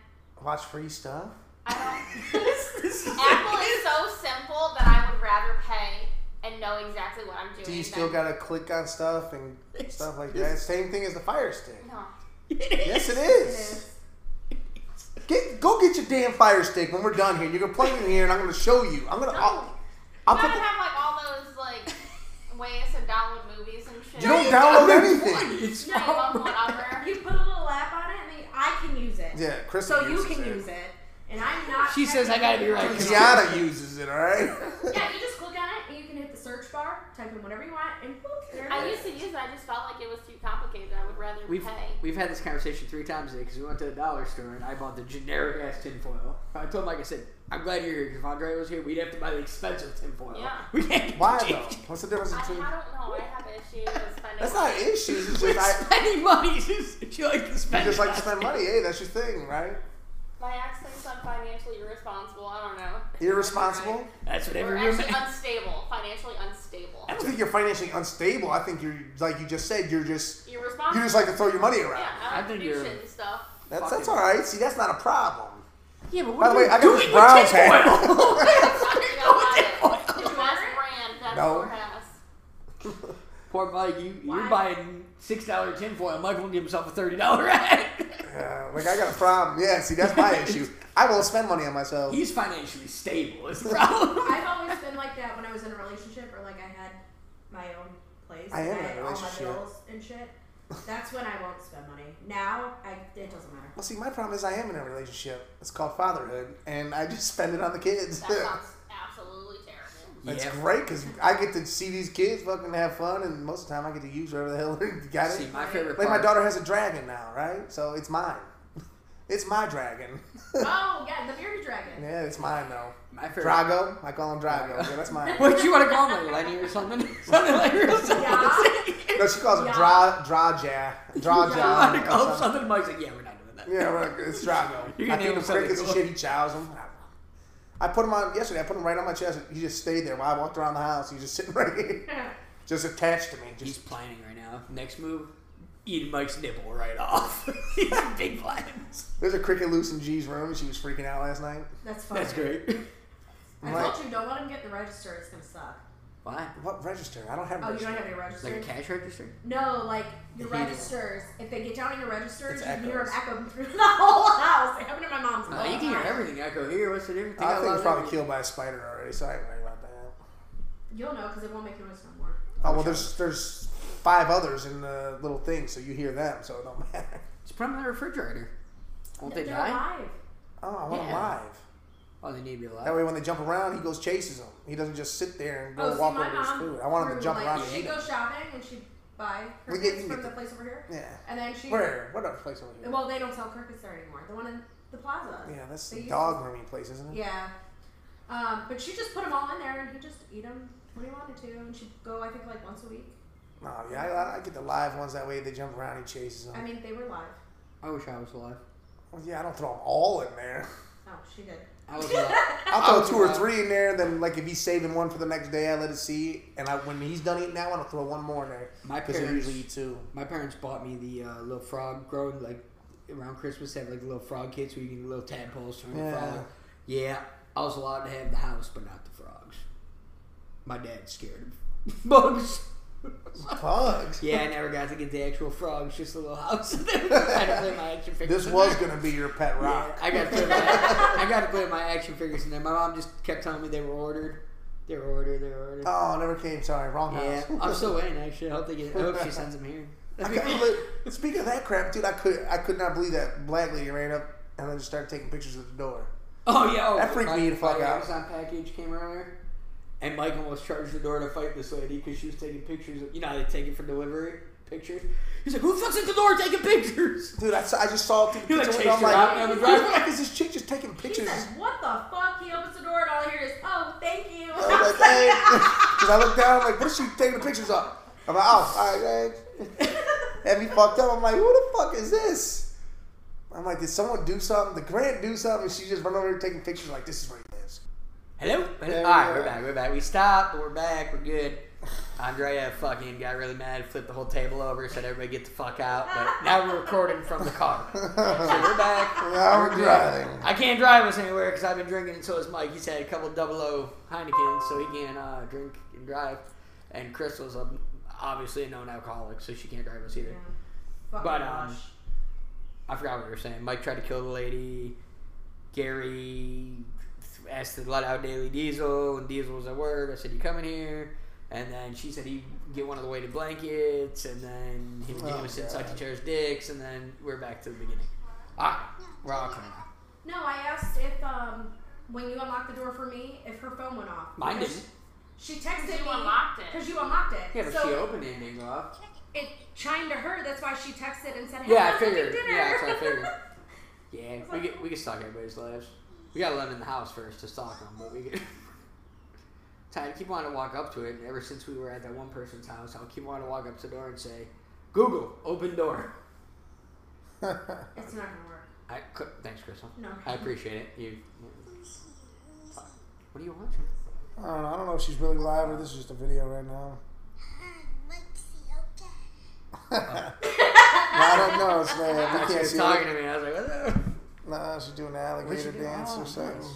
Speaker 3: Watch free stuff?
Speaker 7: I don't.
Speaker 1: this is
Speaker 7: Apple is so simple that I would rather pay and know exactly what I'm doing.
Speaker 3: Do you
Speaker 7: than-
Speaker 3: still gotta click on stuff and stuff like that? Same thing as the Fire Stick.
Speaker 7: No.
Speaker 3: Yes, it is. Get go get your damn Fire Stick when we're done here. You're gonna plug it in here, and I'm gonna show you. I'm gonna. I'll, I'll
Speaker 7: You
Speaker 3: put
Speaker 7: gotta
Speaker 3: the,
Speaker 7: have like all those like ways to download movies and shit.
Speaker 3: you don't download anything.
Speaker 1: It's
Speaker 7: Yeah, you love whatever.
Speaker 5: You put a little app on it, and then I can use it.
Speaker 3: Yeah, Chris.
Speaker 5: So you can use it, and I'm not.
Speaker 1: She says I gotta be right.
Speaker 3: Gianna uses it. All right.
Speaker 5: Yeah, you just click on it, and you can hit the search bar, type in whatever you want, and boop, there
Speaker 7: I
Speaker 5: it
Speaker 7: used to use it. I just felt like it was too complicated. I would rather
Speaker 1: We've
Speaker 7: pay.
Speaker 1: we've had this conversation three times today because we went to the dollar store and I bought the generic ass tinfoil. I told him, like I said, I'm glad you're here because if Andre was here, we'd have to buy the expensive tinfoil.
Speaker 7: Yeah.
Speaker 1: We can't. get
Speaker 3: Why
Speaker 1: the
Speaker 3: though?
Speaker 1: cheap-
Speaker 3: What's the difference
Speaker 7: I, I don't
Speaker 3: between?
Speaker 7: know. I have issues with spending.
Speaker 3: That's not
Speaker 7: money.
Speaker 3: issues. It's
Speaker 1: With
Speaker 3: just I
Speaker 1: spending money, she's- she likes to
Speaker 3: you
Speaker 1: spend.
Speaker 3: just like
Speaker 1: it.
Speaker 3: to spend money. Hey, that's your thing, right?
Speaker 7: My ex thinks I'm financially irresponsible. I don't know.
Speaker 3: Irresponsible.
Speaker 1: That's what
Speaker 7: Or
Speaker 1: every
Speaker 7: actually
Speaker 1: roommate.
Speaker 7: unstable. Financially unstable.
Speaker 3: I don't think you're financially unstable. I think you're like you just said. You're just you
Speaker 7: Irresponsible.
Speaker 3: just like to throw your money around.
Speaker 7: yeah, I
Speaker 1: I
Speaker 7: don't
Speaker 1: think
Speaker 7: do
Speaker 1: you're-
Speaker 7: shit and stuff.
Speaker 3: That's that's
Speaker 1: Fucking-
Speaker 3: all right. See, that's not a problem.
Speaker 1: Yeah, but
Speaker 3: By
Speaker 1: what
Speaker 3: the
Speaker 1: are
Speaker 3: way,
Speaker 1: you
Speaker 3: I got
Speaker 1: doing
Speaker 3: this
Speaker 1: with
Speaker 3: brown
Speaker 1: tinfoil?
Speaker 7: You know, I-
Speaker 1: tinfoil.
Speaker 7: It's mass brand. That's
Speaker 3: No.
Speaker 7: what has.
Speaker 1: Poor Mike, you, you're buying six dollar tinfoil. Michael will give himself a thirty dollar ad.
Speaker 3: Yeah, Uh, like I got a problem. Yeah, see, that's my issue. I won't spend money on myself.
Speaker 1: He's financially stable. Is the problem?
Speaker 5: I've always been like that when I was in a relationship or like I had my own place.
Speaker 3: I am in a
Speaker 5: had
Speaker 3: relationship.
Speaker 5: All my bills and shit. That's when I won't spend money. Now, I, it doesn't matter.
Speaker 3: Well, see, my problem is I am in a relationship. It's called fatherhood, and I just spend it on the kids.
Speaker 7: That sounds absolutely terrible.
Speaker 3: It's
Speaker 1: Yeah.
Speaker 3: great because I get to see these kids fucking have fun, and most of the time I get to use whatever the hell they got
Speaker 1: See,
Speaker 3: it.
Speaker 1: my favorite
Speaker 3: Like my
Speaker 1: part-
Speaker 3: daughter has a dragon now, right? So it's mine. It's my dragon.
Speaker 5: Oh, yeah, the bearded dragon.
Speaker 3: yeah, it's mine though.
Speaker 1: My favorite.
Speaker 3: Drago, I call him Drago. Yeah, that's mine.
Speaker 1: What you want to call him, like Lenny or something? something like real simple.
Speaker 3: No, she calls him Dra Draja.
Speaker 1: I want to call him
Speaker 3: Draja.
Speaker 1: something. Mike's like, yeah, we're not doing that.
Speaker 3: Yeah, right, it's Drago.
Speaker 1: You can
Speaker 3: I
Speaker 1: name him
Speaker 3: think of crickets and
Speaker 1: something
Speaker 3: shit. He chows them. I put him on yesterday. I put him right on my chest. He just stayed there while I walked around the house. He's just sitting right here, just attached to me.
Speaker 1: He's
Speaker 3: Just
Speaker 1: planning right now. Next move, eat Mike's nipple right off. He's a big plans.
Speaker 3: there's a cricket loose in G's room. and She was freaking out last night.
Speaker 5: That's fine.
Speaker 1: That's great.
Speaker 5: I
Speaker 3: Right.
Speaker 5: told you, don't let him get the register. It's going to suck.
Speaker 1: Why?
Speaker 3: What register? I don't have.
Speaker 5: Oh, you
Speaker 3: register.
Speaker 5: don't have any
Speaker 1: Like a
Speaker 5: register?
Speaker 1: cash register?
Speaker 5: No, like your
Speaker 1: He did.
Speaker 5: registers. If they get down on your registers,
Speaker 3: It's
Speaker 5: you hear them
Speaker 3: echoes.
Speaker 5: echoing through the whole house. It happened to my mom's.
Speaker 1: Uh, you can hear everything. I go here. What's the difference?
Speaker 3: I think
Speaker 1: it
Speaker 3: he was probably killed by a spider already, so I ain't worried about that.
Speaker 5: You'll know because it won't make a noise no more.
Speaker 3: Oh well, there's there's five others in the little thing, so you hear them, so it don't matter.
Speaker 1: Just put them in the refrigerator. Won't they
Speaker 5: They're
Speaker 1: die?
Speaker 5: alive.
Speaker 3: Oh, I want him
Speaker 1: Yeah.
Speaker 3: live.
Speaker 1: Oh, they need to be alive.
Speaker 3: That way, when they jump around, he goes chases them. He doesn't just sit there and go
Speaker 5: Oh, see,
Speaker 3: walk
Speaker 5: my
Speaker 3: over his
Speaker 5: mom
Speaker 3: food. I want him
Speaker 5: grew,
Speaker 3: to jump
Speaker 5: like,
Speaker 3: around and
Speaker 5: She'd
Speaker 3: eat
Speaker 5: go
Speaker 3: it.
Speaker 5: shopping and she'd buy her
Speaker 3: We get-
Speaker 5: things from
Speaker 3: we get
Speaker 5: the
Speaker 3: the-
Speaker 5: place over here.
Speaker 3: Yeah.
Speaker 5: And then she.
Speaker 3: Where? What other place over here?
Speaker 5: Well, they don't sell crickets there anymore. The one in the plaza.
Speaker 3: Yeah, that's
Speaker 5: They
Speaker 3: the
Speaker 5: used
Speaker 3: dog grooming place, isn't
Speaker 5: to-
Speaker 3: it?
Speaker 5: Yeah. Um, but she just put them all in there and he just eat them when he wanted to. And she'd go, I think, like once a week.
Speaker 3: No, yeah, I, I get the live ones. That way, they jump around and chases them.
Speaker 5: I mean, they were live.
Speaker 1: I wish I was alive.
Speaker 3: Well, yeah, I don't throw them all in there.
Speaker 5: Oh, she did.
Speaker 1: I was alive.
Speaker 3: I'll
Speaker 1: was
Speaker 3: throw two or
Speaker 1: alive.
Speaker 3: three in there. Then, like, if he's saving one for the next day, I let it see. And I, when he's done eating that one, I'll throw one more in there.
Speaker 1: My
Speaker 3: because I
Speaker 1: parents-
Speaker 3: usually eat two.
Speaker 1: My parents bought me the uh, little frog growing like around Christmas. They have like little frog kits where you can get little tadpoles from the
Speaker 3: Yeah.
Speaker 1: frog. Yeah, I was allowed to have the house, but not the frogs. My dad's scared of bugs.
Speaker 3: Bugs.
Speaker 1: yeah, I never got to get the actual frogs, just the little house. I had to play my action figures.
Speaker 3: This
Speaker 1: in
Speaker 3: was
Speaker 1: there.
Speaker 3: gonna be your pet
Speaker 1: Yeah,
Speaker 3: rock.
Speaker 1: I got to play my, I got to play my action figures in there. My mom just kept telling me they were ordered. They were ordered. They were ordered.
Speaker 3: Oh, never came. Sorry, wrong
Speaker 1: yeah,
Speaker 3: house.
Speaker 1: I'm still waiting. Actually, I hope they get. I hope she sends them here.
Speaker 3: I couldn't believe- speaking of that crap, dude, I could I could not believe that black lady ran up and then just started taking pictures at the door.
Speaker 1: Oh yeah, oh,
Speaker 3: That freaked
Speaker 1: my-
Speaker 3: me the fuck
Speaker 1: my
Speaker 3: out.
Speaker 1: Amazon package came earlier, and Mike almost charged the door to fight this lady because she was taking pictures. Of, you know, how they take it for delivery pictures. He's like, "Who the fuck's at the door taking pictures?"
Speaker 3: Dude, I, saw, I just saw it through
Speaker 1: He,
Speaker 3: the
Speaker 1: like,
Speaker 3: picture
Speaker 1: chased
Speaker 3: window. I'm
Speaker 1: her out down
Speaker 3: like,
Speaker 1: the
Speaker 3: who the
Speaker 1: driveway.
Speaker 3: fuck is this chick just taking
Speaker 5: She
Speaker 3: pictures?
Speaker 5: says, What the fuck? He opens the door and all I hear is, Oh, thank you.
Speaker 3: I was like, hey. 'Cause I looked down, I'm like, what is she taking the pictures of? I'm like, oh, all right, man. Had me fucked up. I'm like, who the fuck is this? I'm like, did someone do something? Did Grant do something? And she just run over here taking pictures. Like, this is where he lives.
Speaker 1: Hello. Hello? All
Speaker 3: There we
Speaker 1: right,
Speaker 3: are.
Speaker 1: we're back. We're back. We stopped. But we're back. We're good. Andrea fucking got really mad, flipped the whole table over, said everybody get the fuck out. But now we're recording from the car, so we're back.
Speaker 3: Now we're
Speaker 1: We're good.
Speaker 3: driving.
Speaker 1: I can't drive us anywhere because I've been drinking. So is Mike. He's had a couple double O Heineken, so he can't uh, drink and drive. And Crystal's um, obviously a known alcoholic, so she can't drive us either.
Speaker 6: Fucking
Speaker 1: But, um,
Speaker 6: rush.
Speaker 1: I forgot what we were saying. Mike tried to kill the lady. Gary asked to let out Daily Diesel, and Diesel was at work. I said, "You coming here?" And then she said, "He get one of the weighted blankets." And then he
Speaker 3: Oh,
Speaker 1: was
Speaker 3: God.
Speaker 1: inside each other's dicks. And then we're back to the beginning. All right, we're all coming.
Speaker 5: No, I asked if um when you unlocked the door for me, if her phone went off.
Speaker 1: Mine
Speaker 5: Because
Speaker 1: didn't.
Speaker 5: She texted
Speaker 7: You
Speaker 5: me
Speaker 7: unlocked it.
Speaker 5: because you unlocked it.
Speaker 1: Yeah, but
Speaker 5: so
Speaker 1: she opened it and didn't go off.
Speaker 5: it chimed to her. That's why she texted and said, hey,
Speaker 1: Yeah,
Speaker 5: I'm
Speaker 1: I
Speaker 5: cooking
Speaker 1: figured.
Speaker 5: Dinner.
Speaker 1: Yeah, that's what I figured. Yeah, we get we can stalk everybody's lives. We gotta let them in the house first to stalk them, but we get. Ty, I keep wanting to walk up to it, and ever since we were at that one person's house, I'll keep wanting to walk up to the door and say, "Google, open door."
Speaker 5: it's not gonna work.
Speaker 1: I cou- thanks, Crystal.
Speaker 5: No.
Speaker 1: I appreciate it. You. What are you watching?
Speaker 3: I don't know. I don't know if she's really live or this is just a video right now. No, I don't know. It's like, we
Speaker 1: She
Speaker 3: can't
Speaker 1: was
Speaker 3: see
Speaker 1: talking
Speaker 3: it.
Speaker 1: to me. I was like, "What the?"
Speaker 3: Nah, she's doing an alligator
Speaker 1: doing?
Speaker 3: dance
Speaker 1: Oh,
Speaker 3: or something.
Speaker 1: nice.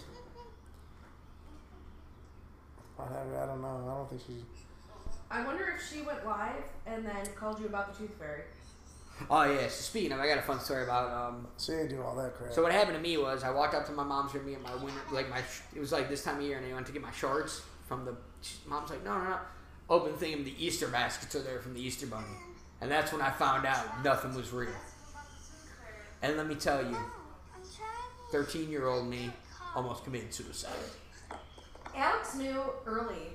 Speaker 3: I don't I don't know. I don't think she's.
Speaker 5: I wonder if she went live and then called you about the tooth fairy.
Speaker 1: Oh yeah. So speaking of, I got a fun story about um,
Speaker 3: She didn't do all that crap.
Speaker 1: So what happened to me was I walked up to my mom's room to get my winter, like my, sh- it was like this time of year, and I went to get my shorts from the. Mom's like, no, no, no, open thing, the Easter baskets are there from the Easter bunny, and that's when I found out nothing was real. And let me tell you, thirteen-year-old me almost committed suicide.
Speaker 5: Alex knew early,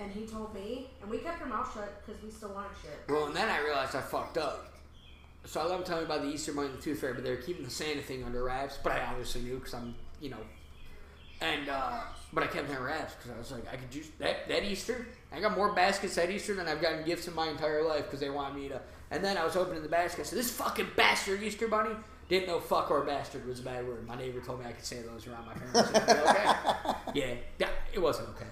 Speaker 5: and he told me, and we kept our mouth shut because we still wanted shit.
Speaker 1: Well, and then I realized I fucked up. So I love telling you about the Easter Bunny and the Tooth Fairy, but they were keeping the Santa thing under wraps. But I obviously knew because I'm, you know, and uh, but I kept it under wraps because I was like, I could use that that Easter. I got more baskets that Easter than I've gotten gifts in my entire life because they wanted me to. And then I was opening the basket. So this fucking bastard Easter Bunny didn't know fuck or bastard was a bad word. My neighbor told me I could say those around my parents. And I'd be okay. Yeah, that- it wasn't okay.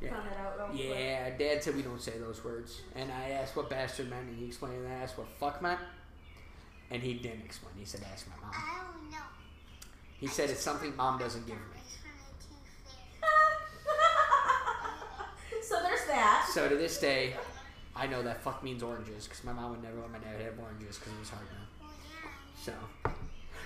Speaker 1: Yeah.
Speaker 5: Found that out real quick.
Speaker 1: Yeah, Dad said we don't say those words. And I asked what bastard meant, and he explained that I asked what fuck meant. And he didn't explain. He said, ask my mom. He said it's something mom doesn't give me.
Speaker 5: so there's that.
Speaker 1: So to this day, I know that fuck means oranges, because my mom would never let my dad have oranges, because it was hard now. So.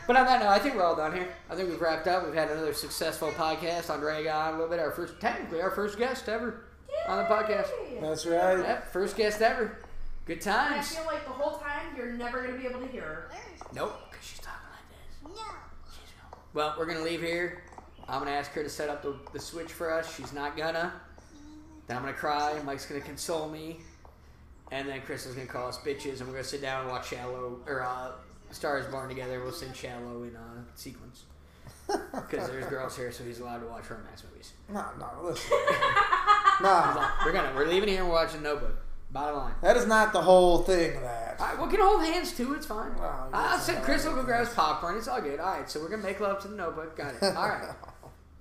Speaker 1: But on that note, I think we're all done here. I think we've wrapped up. We've had another successful podcast. Andre got on a little bit. Our first, technically, our first guest ever on the podcast.
Speaker 3: That's right.
Speaker 1: Yep, first guest ever. Good
Speaker 5: I
Speaker 1: times.
Speaker 5: feel like the whole time you're never gonna be able to hear her.
Speaker 1: Nope, because she's talking like this. No. Well, we're going to leave here. I'm going to ask her to set up the, the switch for us. She's not going to. Then I'm going to cry. Mike's going to console me. And then Chris is going to call us bitches, and we're going to sit down and watch Shallow, or uh, Star is Born together. We'll sing Shallow in uh, sequence. Because there's girls here, so he's allowed to watch romance movies.
Speaker 3: No, no, listen. no,
Speaker 1: We're gonna, we're leaving here and we're watching Notebook. Bottom line.
Speaker 3: that is not the whole thing. That.
Speaker 1: All right, we can hold hands too. It's fine.
Speaker 3: Wow, you
Speaker 1: I'll
Speaker 3: guys
Speaker 1: sit.
Speaker 3: are
Speaker 1: Chris will
Speaker 3: all
Speaker 1: go
Speaker 3: over
Speaker 1: grab his popcorn. It's all good. All right, so we're gonna make love to the notebook. Got it. All right,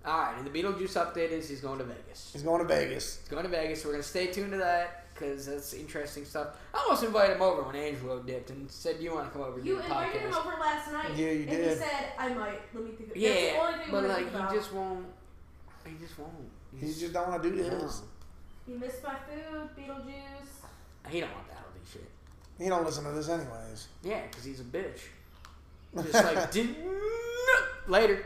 Speaker 1: all right. And the Beetlejuice update is he's going to Vegas.
Speaker 3: He's going to Vegas.
Speaker 1: He's going to Vegas. We're gonna stay tuned to that because that's interesting stuff. I almost invited him over when Angelo dipped and said, "You want to come over and
Speaker 5: You
Speaker 1: do a
Speaker 5: invited
Speaker 1: podcast?"
Speaker 5: him over last night.
Speaker 3: Yeah, you
Speaker 5: and
Speaker 3: did.
Speaker 5: he said, I might. Let me think. That's the
Speaker 1: yeah,
Speaker 5: only thing
Speaker 1: but
Speaker 5: we
Speaker 1: like
Speaker 5: think about.
Speaker 1: he just won't. He just won't.
Speaker 3: He just don't want to do this.
Speaker 5: You missed my food, Beetlejuice.
Speaker 1: He don't want that healthy shit.
Speaker 3: He don't listen to this anyways.
Speaker 1: Yeah, because he's a bitch. Just like did later.